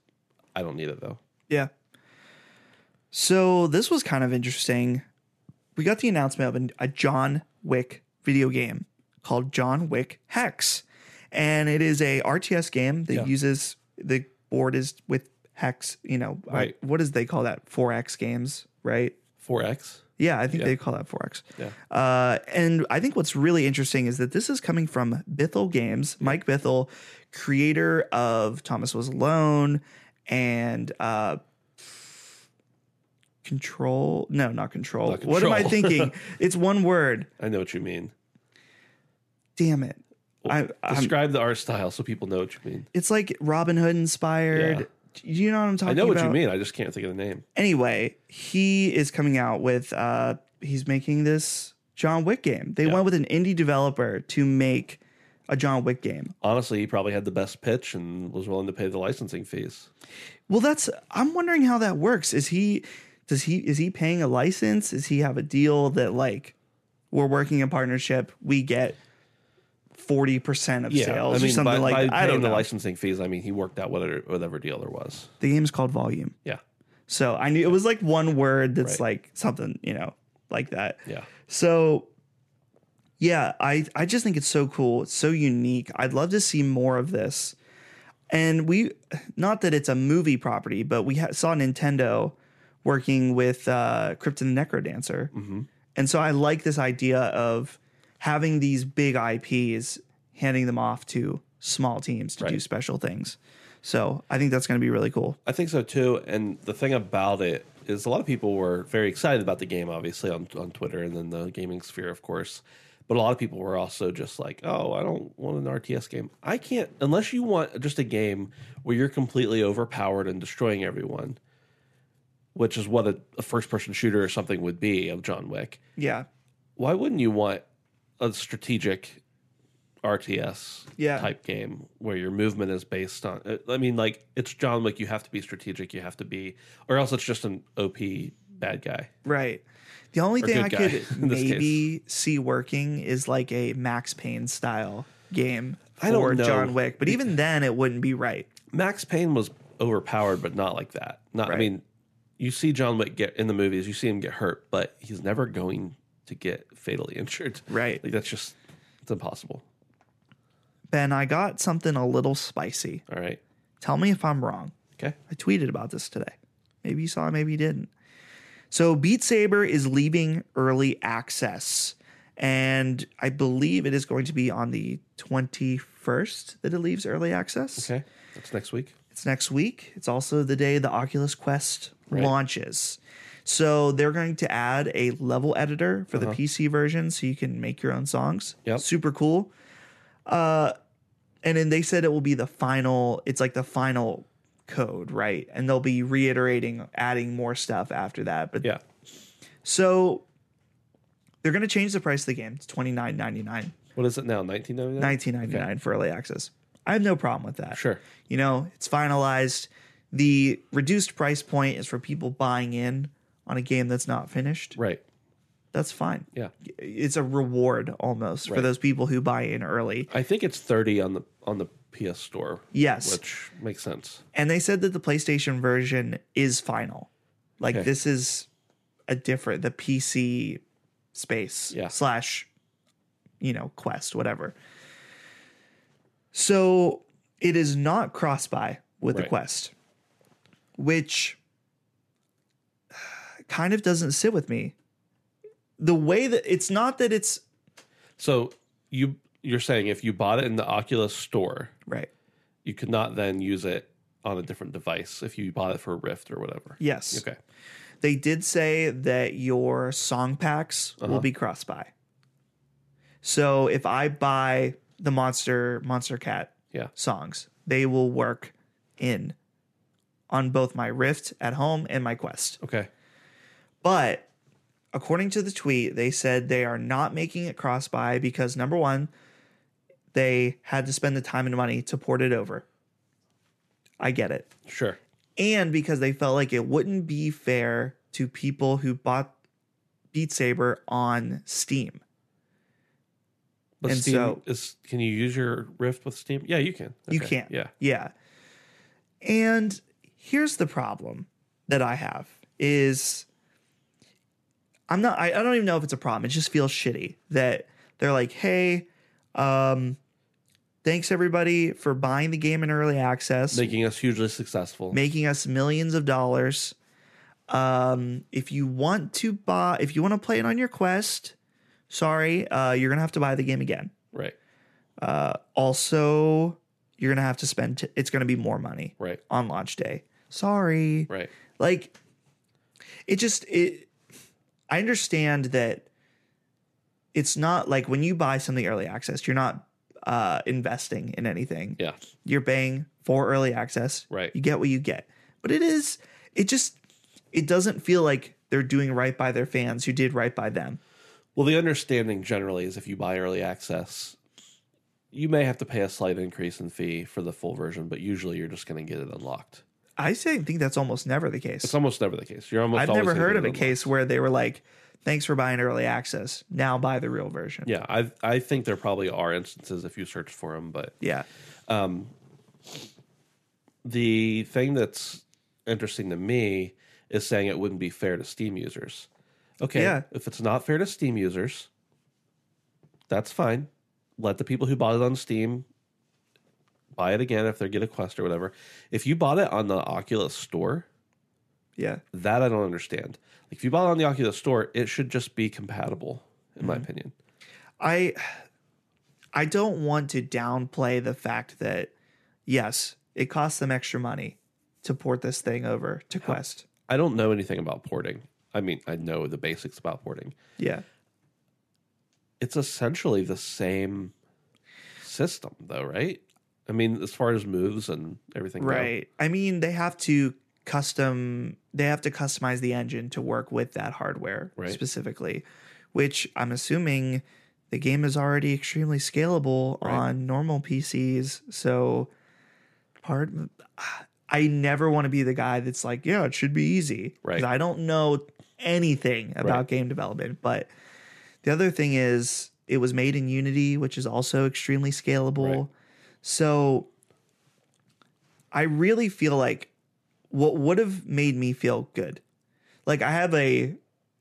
B: I don't need it though.
A: Yeah. So this was kind of interesting. We got the announcement of an- a John Wick video game called John Wick Hex, and it is a RTS game that
B: Yeah.
A: uses the board is with hex. You know, I-
B: Right.
A: what does they call that? Four X games, right?
B: 4X?
A: Yeah, I think they call that 4X.
B: Yeah.
A: Uh, and I think what's really interesting is that this is coming from Bithel Games, Mike Bithel, creator of Thomas Was Alone and uh, Control. No, not control.
B: Not
A: What am I
B: Control.
A: thinking? it's one word.
B: I know what you mean.
A: Damn it. I, I'm,
B: Describe the art style so people know what you mean.
A: it's like Robin Hood inspired. You know what I'm talking about?
B: I know what you mean. I just can't think of the name.
A: anyway, he is coming out with uh he's making this John Wick game. They went with an indie developer to make a John Wick game.
B: Honestly, he probably had the best pitch and was willing to pay the licensing fees.
A: Well, that's I'm wondering how that works. Is he does he is he paying a license? Does he have a deal that like we're working in partnership, we get 40% of sales or something
B: by,
A: like
B: by
A: that. I
B: paying
A: don't know.
B: the licensing fees, I mean he worked out whatever, whatever deal there was.
A: the game's called Volume.
B: Yeah.
A: So I knew it was like one word that's
B: Right.
A: like something, you know, like that.
B: Yeah.
A: So yeah, I I just think it's so cool. It's so unique. I'd love to see more of this. And we not that it's a movie property, but we ha- saw Nintendo working with uh Krypton the Necrodancer.
B: Mm-hmm.
A: And so I like this idea of having these big IPs handing them off to small teams to do
B: Right.
A: special things. So I think that's going to be really cool.
B: I think so too. And the thing about it is, a lot of people were very excited about the game, obviously on on Twitter and then the gaming sphere, of course. But a lot of people were also just like, "Oh, I don't want an RTS game. I can't unless you want just a game where you're completely overpowered and destroying everyone." which is what a, a first person shooter or something would be of John Wick,
A: Yeah.
B: why wouldn't you want a strategic RTS
A: Yeah.
B: type game where your movement is based on? uh, I mean, like it's John Wick. You have to be strategic. You have to be, or else it's just an OP bad guy.
A: Right. The only
B: Or
A: thing
B: good
A: I
B: guy,
A: could
B: in this case.
A: maybe see working is like a Max Payne style game
B: I don't
A: for
B: know.
A: John Wick, but even then it wouldn't be right.
B: Max Payne was overpowered, but not like that. Not. I
A: Right.
B: mean, you see John Wick get in the movies. You see him get hurt, but he's never going to get fatally injured.
A: Right.
B: Like that's just it's impossible.
A: Ben, I got something a little spicy.
B: All right.
A: Tell me if I'm wrong.
B: Okay.
A: I tweeted about this today. Maybe you saw, it, maybe you didn't. So Beat Saber is leaving early access. And I believe it is going to be on the 21st that it leaves early access.
B: Okay. That's next week.
A: It's next week. It's also the day the Oculus Quest
B: Right.
A: launches. So they're going to add a level editor for the PC version so you can make your own songs.
B: Uh-huh. Yep.
A: Super cool. Uh and then they said it will be the final it's like the final code, right? And they'll be reiterating adding more stuff after that. But
B: Yeah.
A: so they're going to change the price of the game. It's 29.99.
B: What is it now? Nineteen ninety nine.
A: 19.99 for early access. I have no problem with that.
B: Sure.
A: You know, it's finalized. The reduced price point is for people buying in on a game that's not finished.
B: Right.
A: That's fine.
B: Yeah.
A: It's a reward almost for
B: Right.
A: those people who buy in early.
B: I think it's thirty on the on the PS Store.
A: Yes.
B: Which makes sense.
A: And they said that the PlayStation version is final. Like
B: Okay.
A: this is a different the PC space
B: Yeah.
A: slash you know quest whatever. So it is not cross buy with the
B: Right.
A: quest, which kind of doesn't sit with me. The way that it's not that it's
B: So you you're saying if you bought it in the Oculus Store,
A: right.
B: you could not then use it on a different device if you bought it for a Rift or whatever.
A: Yes.
B: Okay.
A: They did say that your song packs will
B: Uh-huh.
A: be cross buy. So if I buy the Monster Monster Cat
B: Yeah.
A: songs, they will work in on both my Rift at home and my Quest.
B: Okay.
A: But according to the tweet, they said they are not making it cross buy because number one, they had to spend the time and money to port it over. I get it
B: Sure.
A: and because they felt like it wouldn't be fair to people who bought Beat Saber on Steam.
B: But
A: And
B: Steam
A: so-
B: is can you use your Rift with Steam? Yeah, you can.
A: You
B: Okay.
A: can't.
B: Yeah.
A: Yeah. And here's the problem that I have is I'm not I, I don't even know if it's a problem. It just feels shitty that they're like, hey, um, thanks everybody for buying the game in early access.
B: Making us hugely successful.
A: making us millions of dollars. Um, if you want to buy, if you want to play it on your Quest, sorry, uh, you're gonna have to buy the game again.
B: right.
A: Uh, also, you're gonna have to spend. T- it's gonna be more money
B: Right.
A: on launch day. Sorry,
B: Right.
A: like it just it. I understand that it's not like when you buy something early access, you're not uh, investing in anything
B: Yeah.
A: you're paying for early access.
B: Right.
A: You get what you get. But it is, it just, it doesn't feel like they're doing right by their fans who did right by them.
B: Well, the understanding generally is if you buy early access, you may have to pay a slight increase in fee for the full version, but usually you're just going to get it unlocked.
A: I say, think that's almost never the
B: It's
A: case.
B: almost never the case. You're almost.
A: I've
B: always
A: never
B: gonna
A: heard
B: get
A: of
B: it
A: a
B: unlocked.
A: case where they were like, thanks for buying early access. Now buy the real version.
B: Yeah, I I think there probably are instances if you search for them, but
A: Yeah.
B: Um, the thing that's interesting to me is saying it wouldn't be fair to Steam users. Okay,
A: Yeah.
B: if it's not fair to Steam users, that's fine. Let the people who bought it on Steam buy it again if they get a quest or whatever. If you bought it on the Oculus store,
A: Yeah.
B: that I don't understand. Like if you bought it on the Oculus store, it should just be compatible, in my opinion.
A: I, I don't want to downplay the fact that, yes, it costs them extra money to port this thing over to Quest.
B: I don't know anything about porting. I mean, I know the basics about porting.
A: Yeah.
B: it's essentially the same system though right i mean as far as moves and everything go.
A: Right. I mean, they have to custom they have to customize the engine to work with that hardware
B: Right.
A: specifically which i'm assuming the game is already extremely scalable
B: Right.
A: on normal pcs so part i never want to be the guy that's like yeah it should be easy 'cause
B: Right.
A: i don't know anything about
B: Right.
A: game development but the other thing is it was made in unity which is also extremely scalable
B: Right.
A: so I really feel like what would have made me feel good. Like I have a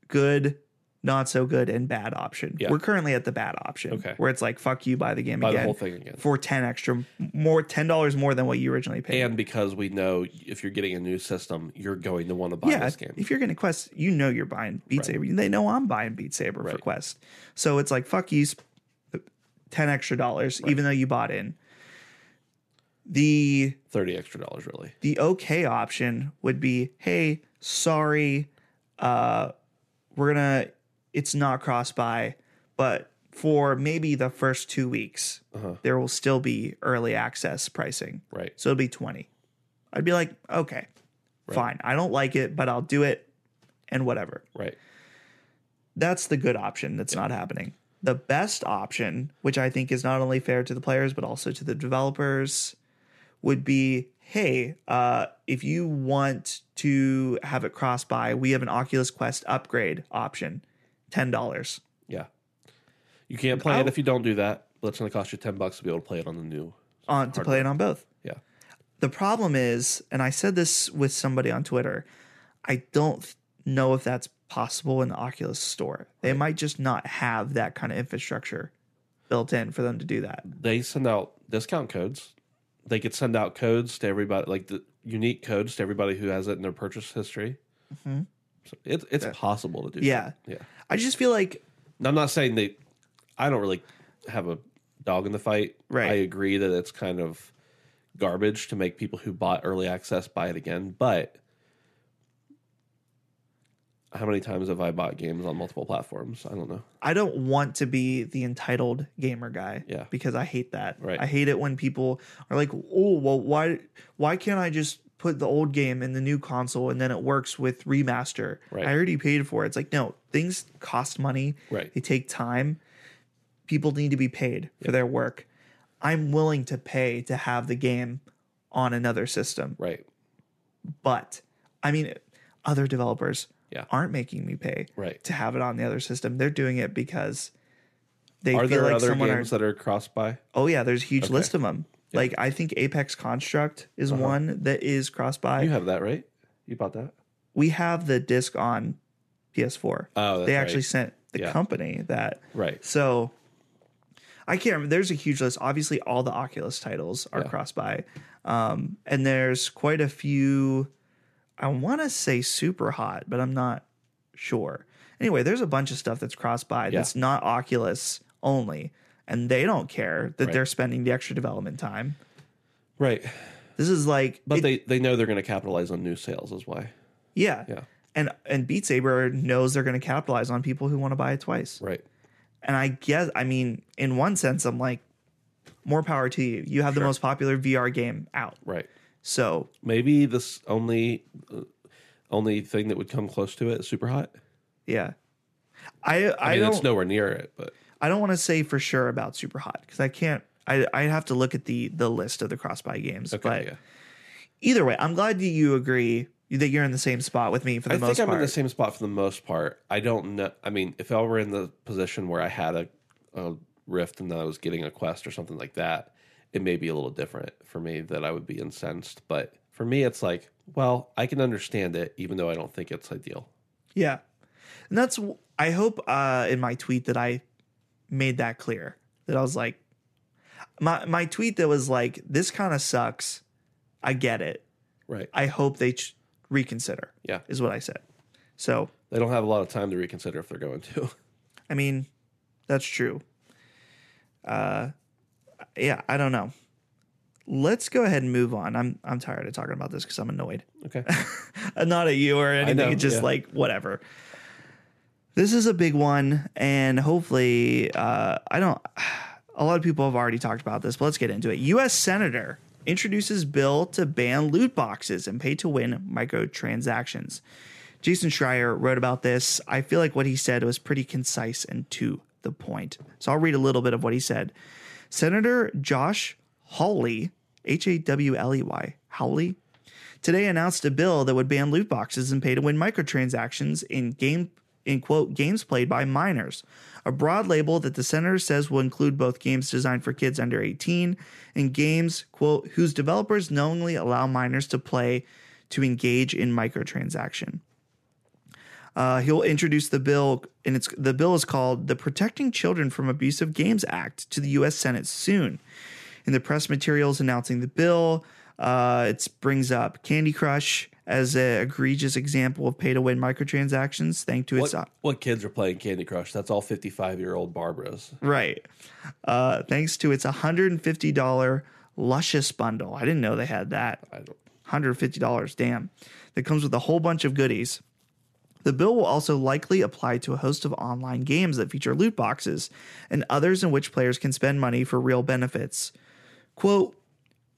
A: good, not so good, and bad option.
B: Yeah.
A: We're currently at the bad option.
B: Okay.
A: Where it's like, fuck you, buy the game
B: Buy the
A: again
B: whole thing again.
A: for ten extra more ten dollars more than what you originally paid.
B: And because we know if you're getting a new system, you're going to want to buy
A: yeah,
B: this game.
A: if you're gonna quest, you know you're buying Beat
B: Right.
A: Saber. They know I'm buying Beat Saber for
B: Right.
A: quest. So it's like fuck you, sp- ten extra dollars, even though you bought in. The
B: Thirty extra dollars, really.
A: the okay option would be hey sorry uh we're gonna it's not cross buy but for maybe the first two weeks
B: Uh-huh.
A: there will still be early access pricing
B: Right.
A: so it'll be 20 i'd be like okay fine i don't like it but i'll do it and whatever
B: Right.
A: that's the good option that's not happening. The best option, which I think is not only fair to the players but also to the developers, would be hey, uh, if you want to have it cross by, we have an Oculus Quest upgrade option, $10.
B: Yeah. You can't play it
A: I'll-
B: if you don't do that. But it's going to cost you ten bucks to be able to play it on the new.
A: on to play it on both.
B: Yeah.
A: The problem is, and I said this with somebody on Twitter, I don't th- know if that's possible in the Oculus store. They might just not have that kind of infrastructure built in for them to do that.
B: They send out discount codes. They could send out codes to everybody, like the unique codes to everybody who has it in their purchase history. So it, it's possible to do.
A: Mm-hmm. Yeah.
B: that. Yeah.
A: I just feel like
B: Now, I'm not saying they. I don't really have a dog in the fight.
A: Right.
B: I agree that it's kind of garbage to make people who bought early access buy it again, but how many times have I bought games on multiple platforms? I don't know.
A: I don't want to be the entitled gamer guy.
B: Yeah.
A: Because I hate that.
B: Right.
A: I hate it when people are like, oh, well, why why can't I just put the old game in the new console and then it works with remaster?
B: Right.
A: I already paid for it. It's like, no, things cost money.
B: Right.
A: They take time. People need to be paid for their work. I'm willing to pay to have the game on another system.
B: Right.
A: But I mean other developers
B: Yeah.
A: aren't making me pay
B: Right.
A: to have it on the other system. They're doing it because they
B: Are
A: feel
B: there
A: like
B: other
A: someone
B: games
A: are,
B: that are cross by?
A: Oh yeah, there's a huge list of them. Like I think Apex Construct is one that is cross by.
B: Uh-huh. You have that, right? You bought that?
A: we have the disc on PS4.
B: Oh, that's
A: they
B: right.
A: actually sent the
B: Yeah.
A: company that.
B: Right.
A: So I can't remember. There's a huge list. Obviously, all the Oculus titles are
B: Yeah.
A: cross by, um, and there's quite a few. I want to say super hot, but I'm not sure. Anyway, there's a bunch of stuff that's cross by
B: Yeah.
A: that's not Oculus only, and they don't care that
B: Right.
A: they're spending the extra development time.
B: Right.
A: This is like,
B: But
A: it-
B: they, they know they're going to capitalize on new sales, is why.
A: yeah.
B: Yeah.
A: and and Beat Saber knows they're going to capitalize on people who want to buy it twice.
B: Right.
A: And I guess, I mean, in one sense, I'm like, more power to you. You have the most popular VR game out.
B: Right.
A: So
B: Maybe this only uh, only thing that would come close to it is super hot.
A: yeah, I I,
B: I mean,
A: don't
B: it's nowhere near it, but
A: I don't want to say for sure about Super Hot because I can't. I I have to look at the the list of the cross buy games.
B: okay,
A: but
B: yeah.
A: either way, I'm glad that you agree that you're in the same spot with me for the
B: I
A: most
B: think I'm
A: part.
B: in the same spot for the most part. I don't know. I mean, if I were in the position where I had a, a rift and then I was getting a quest or something like that, it may be a little different for me that I would be incensed. But for me, it's like, well, I can understand it, even though I don't think it's ideal.
A: yeah, and that's I hope uh, in my tweet that I made that clear that I was like my my tweet that was like this kind of sucks. I get it.
B: Right.
A: I hope they ch- reconsider.
B: Yeah.
A: is what I said. So
B: They don't have a lot of time to reconsider if they're going to.
A: I mean, that's true. Uh, yeah, I don't know. Let's go ahead and move on. I'm I'm tired of talking about this because I'm annoyed.
B: okay.
A: Uh, Not at you or anything.
B: know,
A: it's just
B: yeah.
A: like whatever. This is a big one, and hopefully, uh, I don't. A lot of people have already talked about this, but let's get into it. U.S. Senator introduces Bill to ban loot boxes and pay to win microtransactions. Jason Schreier wrote about this. I feel like what he said was pretty concise and to the point. So I'll read a little bit of what he said. Senator Josh Hawley, H A W L E Y, Hawley, today announced a bill that would ban loot boxes and pay to win microtransactions in game in quote games played by minors a broad label that the senator says will include both games designed for kids under 18 and games quote whose developers knowingly allow minors to play to engage in microtransaction uh, he'll introduce the bill, and it's the bill is called the Protecting Children from Abusive Games Act to the U.S. Senate soon. In the press materials announcing the bill, uh, it brings up Candy Crush as an egregious example of pay-to-win microtransactions, thanks to its
B: What, what kids are playing Candy Crush? That's all 55 year old Barbaras.
A: Right. Uh, thanks to its $150 Luscious bundle. I didn't know they had that.
B: I don't.
A: $150, damn. That comes with a whole bunch of goodies. The bill will also likely apply to a host of online games that feature loot boxes and others in which players can spend money for real benefits. Quote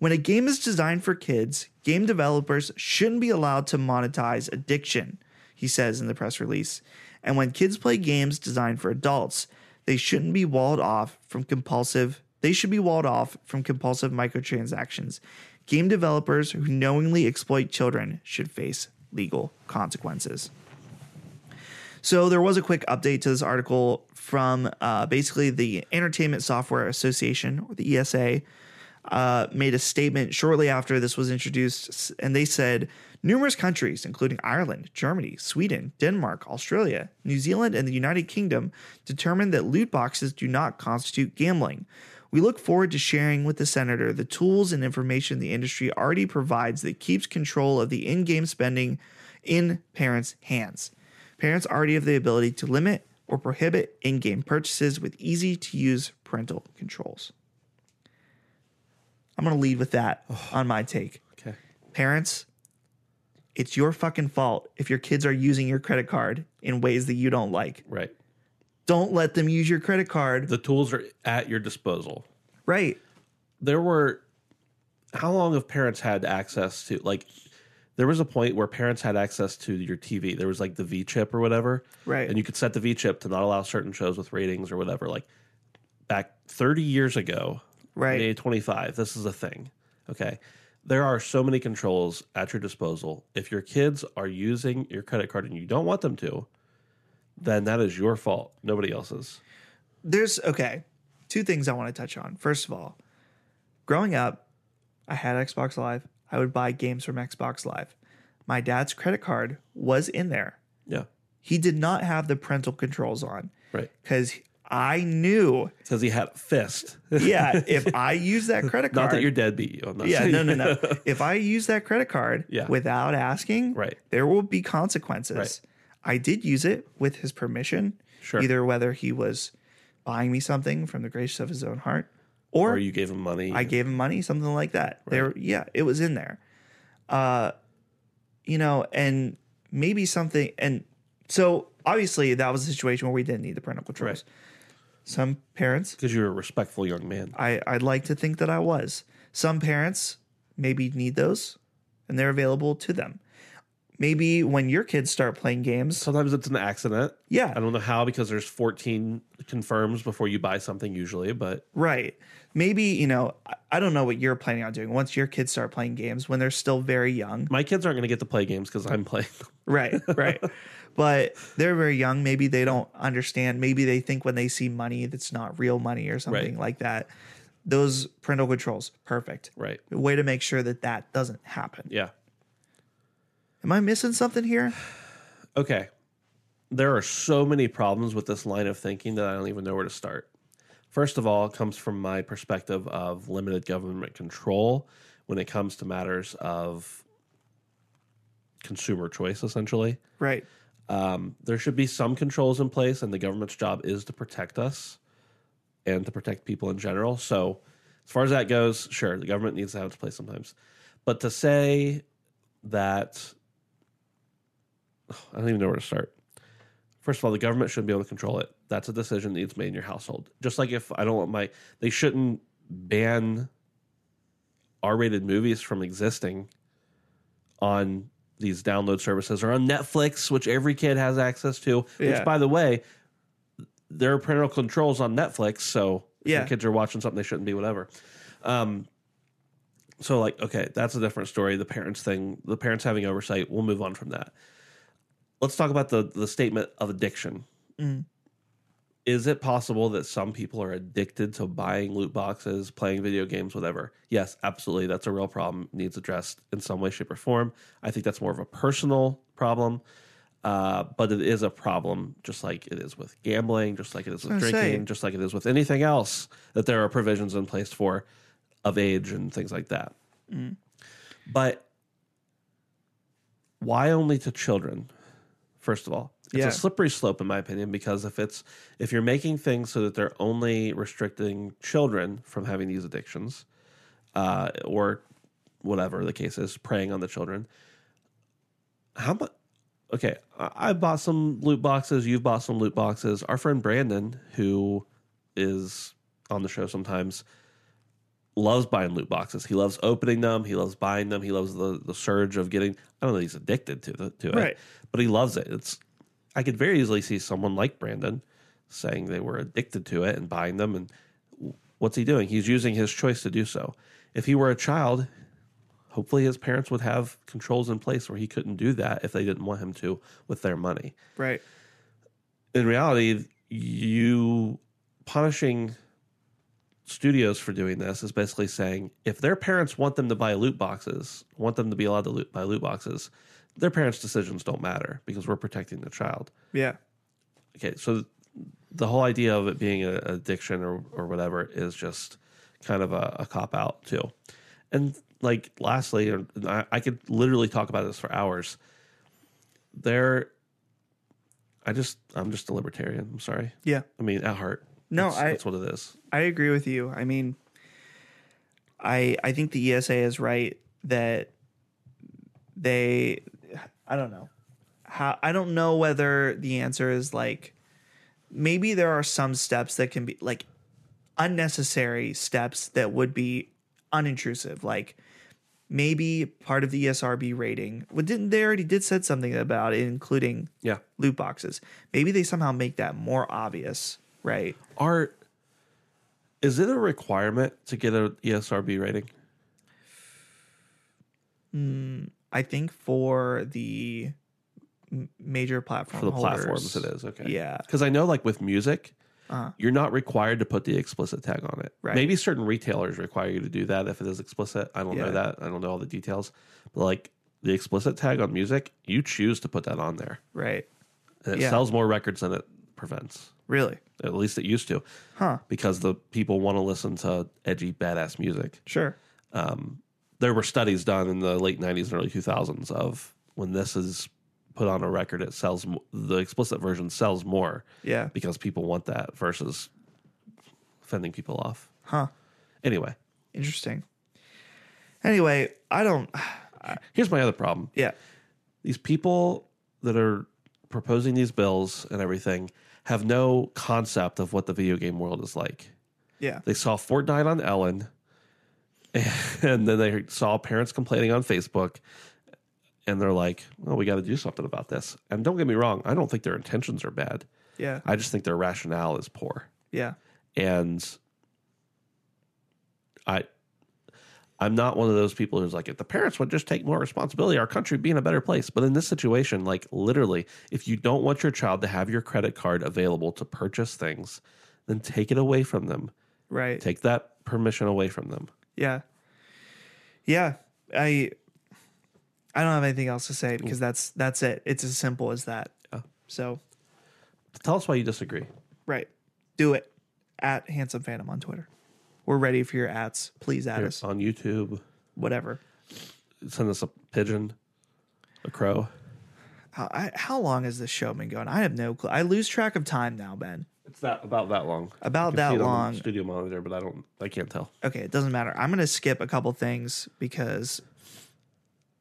A: When a game is designed for kids, game developers shouldn't be allowed to monetize addiction, he says in the press release. And when kids play games designed for adults, they shouldn't be walled off from compulsive they should be walled off from compulsive microtransactions. Game developers who knowingly exploit children should face legal consequences. So there was a quick update to this article from uh, basically the Entertainment Software Association or the E ESA. Uh, made a statement shortly after this was introduced, s- and they said numerous countries, including Ireland, Germany, Sweden, Denmark, Australia, New Zealand, and the United Kingdom, determined that loot boxes do not constitute gambling. We look forward to sharing with the senator the tools and information the industry already provides that keeps control of the in game spending in parents' hands. Parents already have the ability to limit or prohibit in game purchases with easy to use parental controls. I'm going to lead with that on my take.
B: Okay.
A: Parents, it's your fucking fault if your kids are using your credit card in ways that you don't like.
B: Right.
A: Don't let them use your credit card.
B: The tools are at your disposal.
A: Right.
B: there were how long have parents had access to like there was a point where parents had access to your TV. There was like the V chip or whatever.
A: Right.
B: And you could set the V chip to not allow certain shows with ratings or whatever. Like back 30 years ago,
A: Right.
B: day 25, this is a thing. Okay. There are so many controls at your disposal. If your kids are using your credit card and you don't want them to, then that is your fault, nobody else's.
A: there's okay two things i want to touch on first of all growing up i had xbox live i would buy games from xbox live my dad's credit card was in there
B: Yeah.
A: he did not have the parental controls on
B: Right.
A: because i knew
B: Because he had a fist.
A: yeah if i use that credit card
B: Not that you're dead beat you. I'm not
A: yeah
B: saying-
A: no no no if i use that credit card
B: Yeah.
A: without asking
B: Right.
A: there will be consequences
B: Right.
A: i did use it with his permission
B: Sure.
A: either whether he was buying me something from the grace of his own heart or,
B: or you gave him money.
A: I gave him money, something like that. There, yeah, it was in there. Uh, you know, and maybe something, and so obviously that was a situation where we didn't need the parental controls. Some parents,
B: because you're a respectful young man.
A: I I'd like to think that I was. Some parents maybe need those, and they're available to them. Maybe when your kids start playing games,
B: Sometimes it's an accident. I
A: yeah,
B: don't know how because there's 14 confirms before you buy something usually, but
A: Right. Maybe, you know, I- I don't know what you're planning on doing once your kids start playing games when they're still very young.
B: my kids aren't going to get to play games because I'm playing. them.
A: Right, right. but they're very young. Maybe they don't understand. Maybe they think when they see money that's not real money or something
B: Right.
A: like that. Those parental controls, perfect.
B: Right.
A: Way to make sure that that doesn't happen.
B: Yeah.
A: Am I missing something here?
B: Okay. There are so many problems with this line of thinking that I don't even know where to start. First of all, it comes from my perspective of limited government control when it comes to matters of consumer choice, essentially.
A: Right,
B: um, there should be some controls in place, and the government's job is to protect us and to protect people in general. So, as far as that goes, sure, the government needs to have its place sometimes. But to say that, I don't even know where to start. First of all, the government shouldn't be able to control it. That's a decision that needs made in your household. Just like if I don't want my, they shouldn't ban R-rated movies from existing on these download services or on Netflix, which every kid has access to.
A: Yeah.
B: Which, by the way, there are parental controls on Netflix, so if
A: Yeah.
B: your kids are watching something they shouldn't be, whatever. Um, so like, okay, that's a different story. The parents thing, the parents having oversight. We'll move on from that. Let's talk about the the statement of addiction.
A: Mm.
B: Is it possible that some people are addicted to buying loot boxes, playing video games, whatever? Yes, absolutely. That's a real problem. Needs addressed in some way, shape, or form. I think that's more of a personal problem, uh, but it is a problem, just like it is with gambling, just like it is with
A: I was gonna
B: drinking,
A: say.
B: just like it is with anything else that there are provisions in place for of age and things like that. But why only to children? First of all, it's
A: Yeah.
B: a slippery slope, in my opinion, because if it's if you're making things so that they're only restricting children from having these addictions, uh, or whatever the case is, preying on the children, how much? Okay, I I bought some loot boxes. You've bought some loot boxes. Our friend Brandon, who is on the show sometimes, loves buying loot boxes. He loves opening them. He loves buying them. He loves the the surge of getting. I don't know. He's addicted to the to it,
A: Right.
B: but he loves it. It's. I could very easily see someone like Brandon saying they were addicted to it and buying them. And w- what's he doing? He's using his choice to do so. If he were a child, hopefully his parents would have controls in place where he couldn't do that if they didn't want him to with their money.
A: Right.
B: In reality, you punishing studios for doing this is basically saying if their parents want them to buy loot boxes, want them to be allowed to loot, buy loot boxes, their parents' decisions don't matter because we're protecting the child
A: Yeah.
B: okay so the whole idea of it being a addiction or, or whatever is just kind of a, a cop out too and like lastly and I, I could literally talk about this for hours there i just i'm just a libertarian i'm sorry
A: Yeah.
B: i mean at heart
A: No,
B: that's,
A: I-
B: that's what it is
A: I agree with you. I mean, I I think the ESA is right that they I don't know how I don't know whether the answer is like maybe there are some steps that can be like unnecessary steps that would be unintrusive like maybe part of the E ESRB rating. Well, didn't they already did said something about it, including
B: yeah
A: loot boxes? Maybe they somehow make that more obvious, right?
B: art is it a requirement to get E an esrb rating
A: I think for the m- major platform
B: for the
A: holders,
B: platforms it is okay
A: Yeah.
B: because i know like with music
A: Uh-huh.
B: you're not required to put the explicit tag on it
A: Right.
B: maybe certain retailers require you to do that if it is explicit i don't
A: Yeah.
B: know that i don't know all the details but like the explicit tag on music you choose to put that on there
A: Right.
B: and it
A: Yeah.
B: sells more records than it prevents
A: Really?
B: at least it used to
A: Huh.
B: because the people want to listen to edgy badass music
A: Sure.
B: um, there were studies done in the late 90s and early 2000s of when this is put on a record it sells m- the explicit version sells more
A: Yeah.
B: because people want that versus fending people off
A: Huh.
B: anyway
A: Interesting. Anyway, I don't.
B: here's my other problem
A: Yeah.
B: these people that are proposing these bills and everything have no concept of what the video game world is like
A: Yeah.
B: they saw Fortnite on Ellen, and then they saw parents complaining on Facebook, and they're like, "Well, we got to do something about this." And don't get me wrong, I don't think their intentions are bad.
A: Yeah.
B: I just think their rationale is poor,
A: Yeah.
B: and I. I'm not one of those people who's like, if the parents would just take more responsibility, our country would be in a better place. But in this situation, like literally, if you don't want your child to have your credit card available to purchase things, then take it away from them
A: Right.
B: take that permission away from them.
A: Yeah. Yeah. I. I don't have anything else to say because that's that's it. It's as simple as that.
B: Yeah.
A: So
B: Tell us why you disagree.
A: right, do it at handsome phantom on Twitter. We're ready for your ads. Please add
B: Here,
A: us.
B: on YouTube,
A: Whatever.
B: send us a pigeon, a crow.
A: How, I, how long has this show been going? I have no clue. I lose track of time now, Ben.
B: It's that about that long.
A: About
B: I can
A: that
B: see it on the
A: long.
B: studio monitor, but I don't. I can't tell.
A: Okay, it doesn't matter. I'm going to skip a couple things because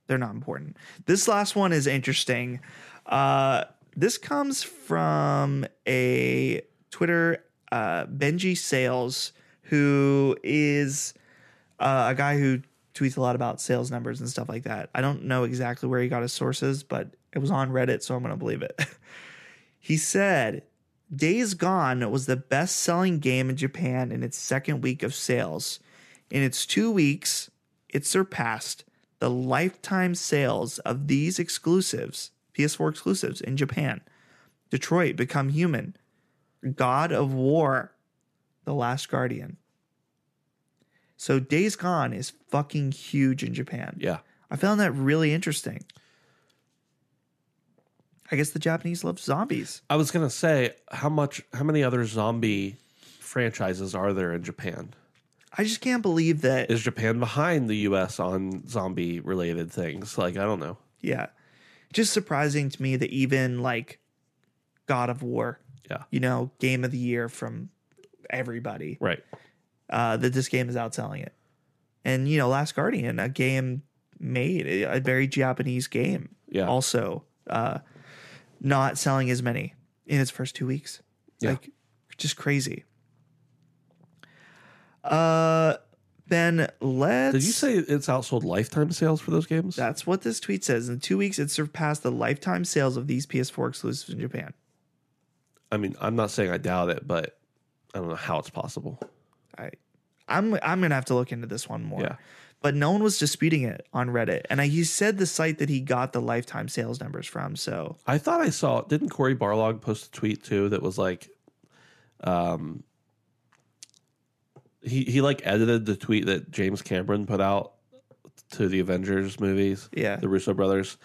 A: they're not important. This last one is interesting. Uh, this comes from a Twitter, uh, Benji Sales, who is uh, a guy who tweets a lot about sales numbers and stuff like that. I don't know exactly where he got his sources, but it was on Reddit, so I'm going to believe it. he said Days Gone was the best selling game in Japan in its second week of sales. In its two weeks, it surpassed the lifetime sales of these exclusives, PS4 exclusives in Japan. Detroit Become Human, God of War, The Last Guardian. So Days Gone is fucking huge in Japan.
B: Yeah.
A: I found that really interesting. I guess the Japanese love zombies.
B: I was gonna say how much how many other zombie franchises are there in Japan?
A: I just can't believe that.
B: Is Japan behind the US on zombie related things? Like I don't know.
A: yeah. Just surprising to me that even like God of War,
B: Yeah.
A: you know, game of the year from everybody,
B: Right.
A: uh, that this game is outselling it. And, you know, Last Guardian, a game made, a very Japanese game,
B: Yeah.
A: also uh, not selling as many in its first two weeks.
B: Yeah.
A: Like, just crazy. Uh, Ben, let's.
B: Did you say it's outsold lifetime sales for those games?
A: That's what this tweet says. In two weeks, it surpassed the lifetime sales of these PS4 exclusives in Japan.
B: I mean, I'm not saying I doubt it, but I don't know how it's possible.
A: I, I'm I'm gonna have to look into this one more.
B: Yeah.
A: But no one was disputing it on Reddit, and I, he said the site that he got the lifetime sales numbers from. So
B: I thought I saw. Didn't Corey Barlog post a tweet too that was like, um, he he like edited the tweet that James Cameron put out to the Avengers movies,
A: yeah,
B: the Russo brothers,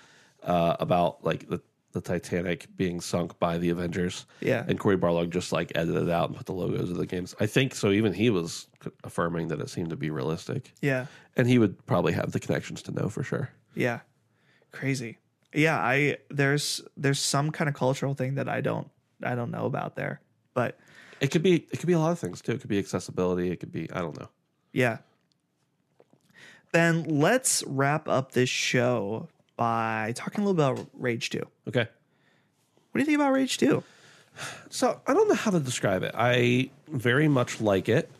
B: uh, about like the the Titanic being sunk by the Avengers,
A: yeah,
B: and Corey Barlog just like edited it out and put the logos of the games. I think so. Even he was c- affirming that it seemed to be realistic,
A: yeah,
B: and he would probably have the connections to know for sure.
A: yeah. Crazy. Yeah, I there's there's some kind of cultural thing that I don't I don't know about there, but
B: It could be it could be a lot of things too. It could be accessibility. It could be I don't know.
A: Yeah. Then let's wrap up this show by talking a little about Rage 2. What
B: Okay.
A: do you think about Rage 2?
B: So I don't know how to describe it. I very much like it.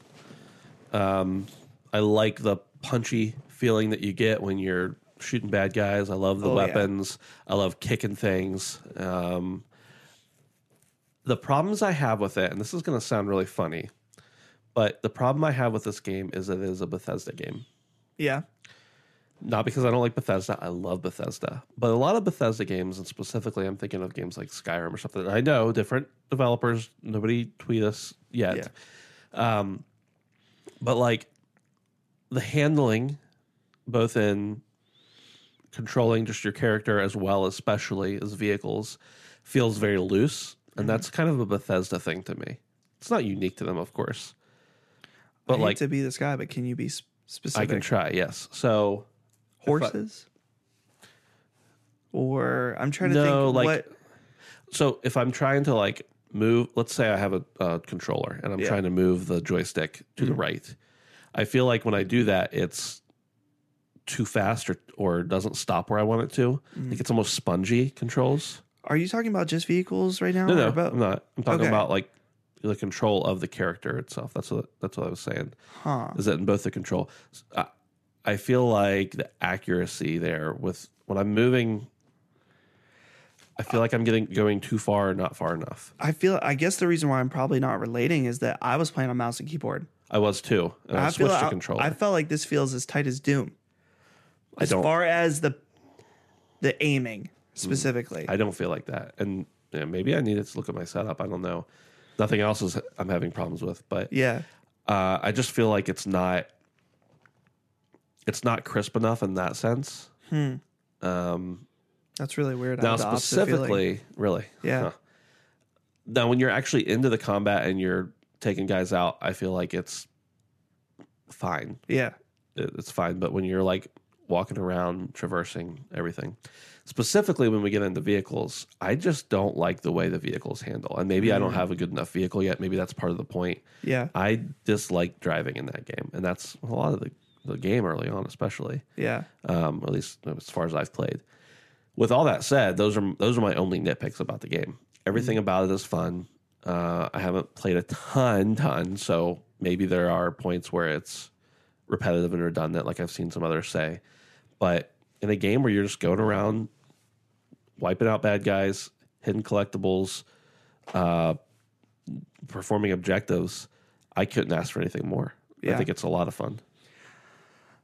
B: Um, I like the punchy feeling that you get when you're shooting bad guys. I love the
A: Oh, yeah.
B: weapons. I love kicking things. Um, the problems I have with it, and this is going to sound really funny, but the problem I have with this game is that it is a Bethesda game.
A: Yeah.
B: Not because I don't like Bethesda. I love Bethesda. But a lot of Bethesda games, and specifically I'm thinking of games like Skyrim or something. I know different developers, nobody tweet us yet.
A: Yeah.
B: Um, but like the handling, both in controlling just your character as well as especially as vehicles, feels very loose. And
A: Mm-hmm.
B: that's kind of a Bethesda thing to me. It's not unique to them, of course.
A: But I
B: But
A: hate
B: like
A: to be this guy, but can you be s-
B: I
A: specific?
B: can try, yes. So
A: Horses? Or I'm trying to
B: No,
A: think
B: like-
A: what
B: So if I'm trying to like move, let's say I have a, a controller and I'm
A: Yeah.
B: trying to move the joystick to the right, I feel like when I do that, it's too fast or or doesn't stop where I want it to. Like it's almost spongy controls.
A: are you talking about just vehicles right now?
B: No,
A: or
B: no,
A: Oh, about,
B: I'm not. I'm talking
A: Okay.
B: about like the control of the character itself. That's what that's what I was saying.
A: huh.
B: Is that in both the control? S- I, I feel like the accuracy there with when I'm moving. I feel like I'm getting going too far, or not far enough.
A: I feel I guess the reason why I'm probably not relating is that I was playing on mouse and keyboard.
B: I was too. And I,
A: I feel
B: switched to
A: I-
B: controller.
A: I felt like this feels as tight as Doom.
B: I
A: As
B: don't. Hmm.
A: far as the the aiming specifically.
B: I don't feel like that. And yeah, maybe I needed to look at my setup. I don't know. Nothing else is I'm having problems with, but
A: yeah.
B: uh, I just feel like it's not. It's not crisp enough in that sense. Um,
A: Hmm. That's really weird. I
B: now
A: have the opposite feeling.
B: specifically, really,
A: Yeah.
B: Now, when you're actually into the combat and you're taking guys out, I feel like it's fine.
A: yeah,
B: it- it's fine. But when you're like walking around, traversing everything, specifically when we get into vehicles, I just don't like the way the vehicles handle. And maybe I don't have a good enough vehicle yet. Maybe that's part of the point.
A: yeah,
B: I dislike driving in that game, and that's a lot of the, the game early on, especially
A: yeah,
B: um, at least as far as I've played. With all that said, those are those are my only nitpicks about the game. Everything about it is fun. Uh, I haven't played a ton, ton, so maybe there are points where it's repetitive and redundant, like I've seen some others say. But in a game where you're just going around wiping out bad guys, hidden collectibles, uh, performing objectives, I couldn't ask for anything more. I
A: Yeah.
B: think it's a lot of fun.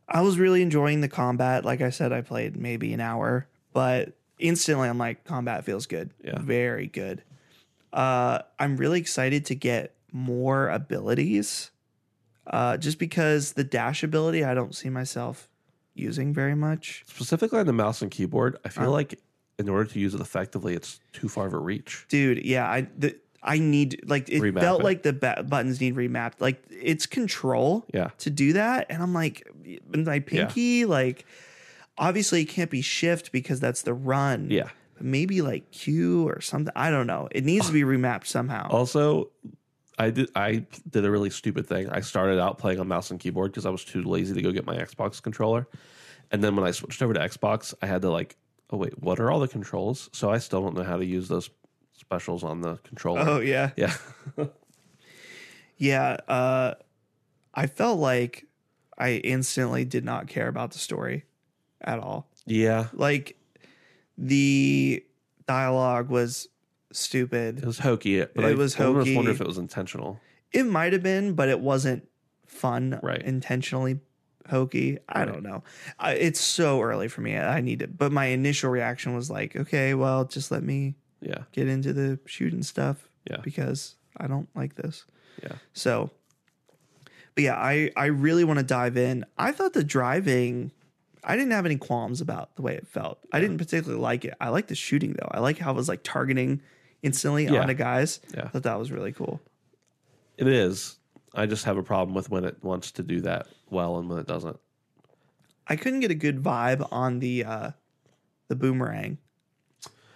A: I was really enjoying the combat. Like I said, I played maybe an hour, but instantly I'm like, combat feels good.
B: Yeah.
A: Very good. Uh, I'm really excited to get more abilities uh, just because the dash ability I don't see myself using very much.
B: Specifically on the mouse and keyboard, I
A: Uh.
B: feel like in order to use it effectively, it's too far of a reach.
A: Dude, yeah, I. The, I need like it
B: Remap
A: felt
B: it.
A: like the ba- buttons need remapped. Like it's control,
B: Yeah.
A: to do that and i'm like my pinky like obviously it can't be shift because that's the run
B: Yeah.
A: but maybe like q or something i don't know it needs to be remapped somehow
B: Oh. Also, I did I did a really stupid thing. I started out playing on mouse and keyboard because I was too lazy to go get my Xbox controller. And then when I switched over to Xbox, I had to like, oh wait, what are all the controls? So I still don't know how to use those specials on the controller.
A: oh yeah
B: Yeah.
A: yeah uh i felt like i instantly did not care about the story at all
B: Yeah.
A: like the dialogue was
B: It
A: stupid
B: was hokey, but
A: It
B: I
A: was
B: almost
A: hokey.
B: wonder if it was intentional.
A: it might have been but it wasn't fun
B: Right.
A: intentionally hokey i
B: Right.
A: don't know I, it's so early for me i need it but my initial reaction was like okay well just let me
B: Yeah.
A: get into the shooting stuff
B: Yeah.
A: because i don't like this
B: Yeah.
A: so but yeah i i really want to dive in i thought the driving i didn't have any qualms about the way it felt i didn't particularly like it i like the shooting though i like how it was like targeting instantly
B: Yeah.
A: onto guys
B: Yeah.
A: i thought that was really cool
B: It is. I just have a problem with when it wants to do that well and when it doesn't.
A: I couldn't get a good vibe on the uh the boomerang.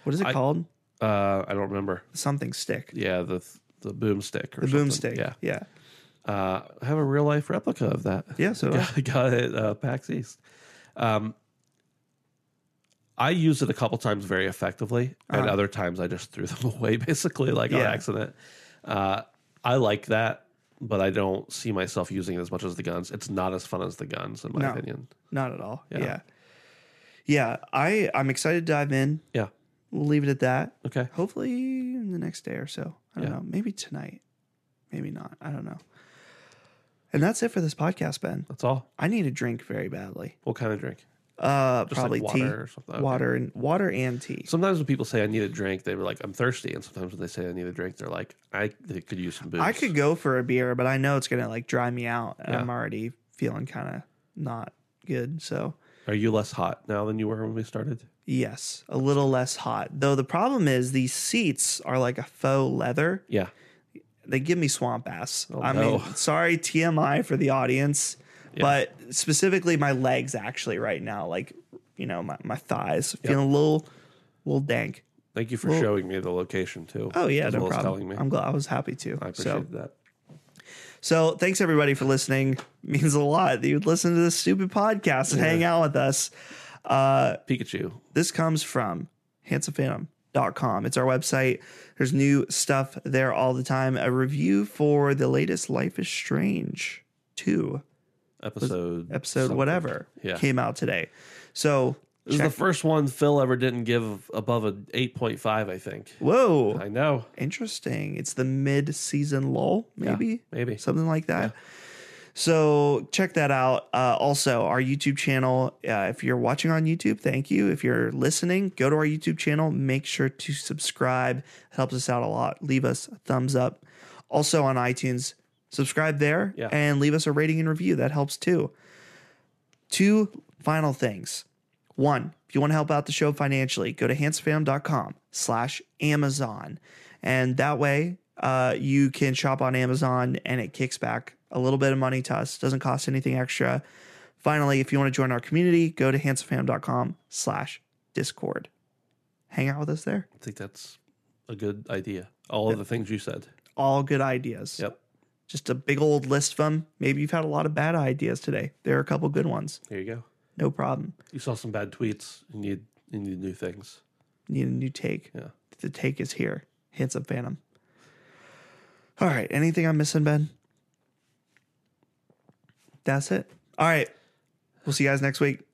A: What is it
B: I-
A: called?
B: Uh, I don't remember.
A: Something stick.
B: Yeah, the the boomstick or
A: The
B: something.
A: boomstick.
B: Yeah.
A: Yeah.
B: Uh, I have a real life replica of that.
A: Yeah, so do I.
B: got, I got it uh, PAX East. Um, I used it a couple times very effectively, and
A: Uh-huh.
B: other times I just threw them away, basically like on
A: Yeah.
B: accident. Uh, I like that, but I don't see myself using it as much as the guns. It's not as fun as the guns, in my
A: No.
B: opinion.
A: Not at all.
B: Yeah.
A: Yeah. yeah. I I'm excited to dive in.
B: Yeah.
A: We'll leave it at that.
B: Okay.
A: Hopefully in the next day or so. I don't
B: Yeah.
A: know. Maybe tonight. Maybe not. I don't know. And that's it for this podcast, Ben.
B: That's all.
A: I need a drink very badly.
B: What kind of drink?
A: Uh
B: Just
A: probably
B: like
A: tea.
B: water or something. Okay.
A: Water and water and tea.
B: Sometimes when people say I need a drink, they were like, I'm thirsty. And sometimes when they say I need a drink, they're like, I they could use some booze.
A: I could go for a beer, but I know it's gonna like dry me out, and
B: Yeah.
A: I'm already feeling kind of not good. So
B: Are you less hot now than you were when we started?
A: yes, a little less hot. Though the problem is these seats are like a faux leather.
B: Yeah.
A: They give me swamp ass. I
B: Oh, no.
A: mean, sorry TMI for the audience, but specifically my legs actually right now, like you know my my thighs feeling a little little dank.
B: Thank you for showing me the location too.
A: Oh yeah,
B: as
A: no
B: well as
A: problem.
B: telling me.
A: I'm glad I was happy to.
B: I appreciate that.
A: So thanks everybody for listening. means a lot that you'd listen to this stupid podcast and hang out with us. Uh,
B: Pikachu.
A: this comes from handsomephantom.com. It's our website. There's new stuff there all the time. A review for the latest Life is Strange 2
B: Episode
A: episode,
B: something.
A: whatever,
B: Yeah.
A: came out today. So,
B: This is the first one Phil ever didn't give above an eight point five, I think.
A: whoa,
B: I know.
A: interesting. It's the mid season lull,
B: Yeah,
A: maybe?
B: maybe.
A: something like that. So check that out. Uh, also, our YouTube channel. Uh, if you're watching on YouTube, thank you. If you're listening, go to our YouTube channel. Make sure to subscribe. It helps us out a lot. Leave us a thumbs up. Also on iTunes, subscribe there
B: Yeah.
A: and leave us a rating and review. That helps too. Two final things. One, if you want to help out the show financially, go to handsfam.com slash Amazon. And that way uh, you can shop on Amazon and it kicks back a little bit of money to us. Doesn't cost anything extra. Finally, if you want to join our community, go to handsfam.com slash discord. Hang out with us there.
B: I think that's a good idea. All of the things you said.
A: All good ideas.
B: Yep.
A: Just a big old list of them. Maybe you've had a lot of bad ideas today. There are a couple good ones.
B: There you go.
A: No problem.
B: You saw some bad tweets. You need you need new things.
A: Need a new take.
B: Yeah.
A: The take is here. Handsome Phantom. All right. Anything I'm missing, Ben? That's it. All right. We'll see you guys next week.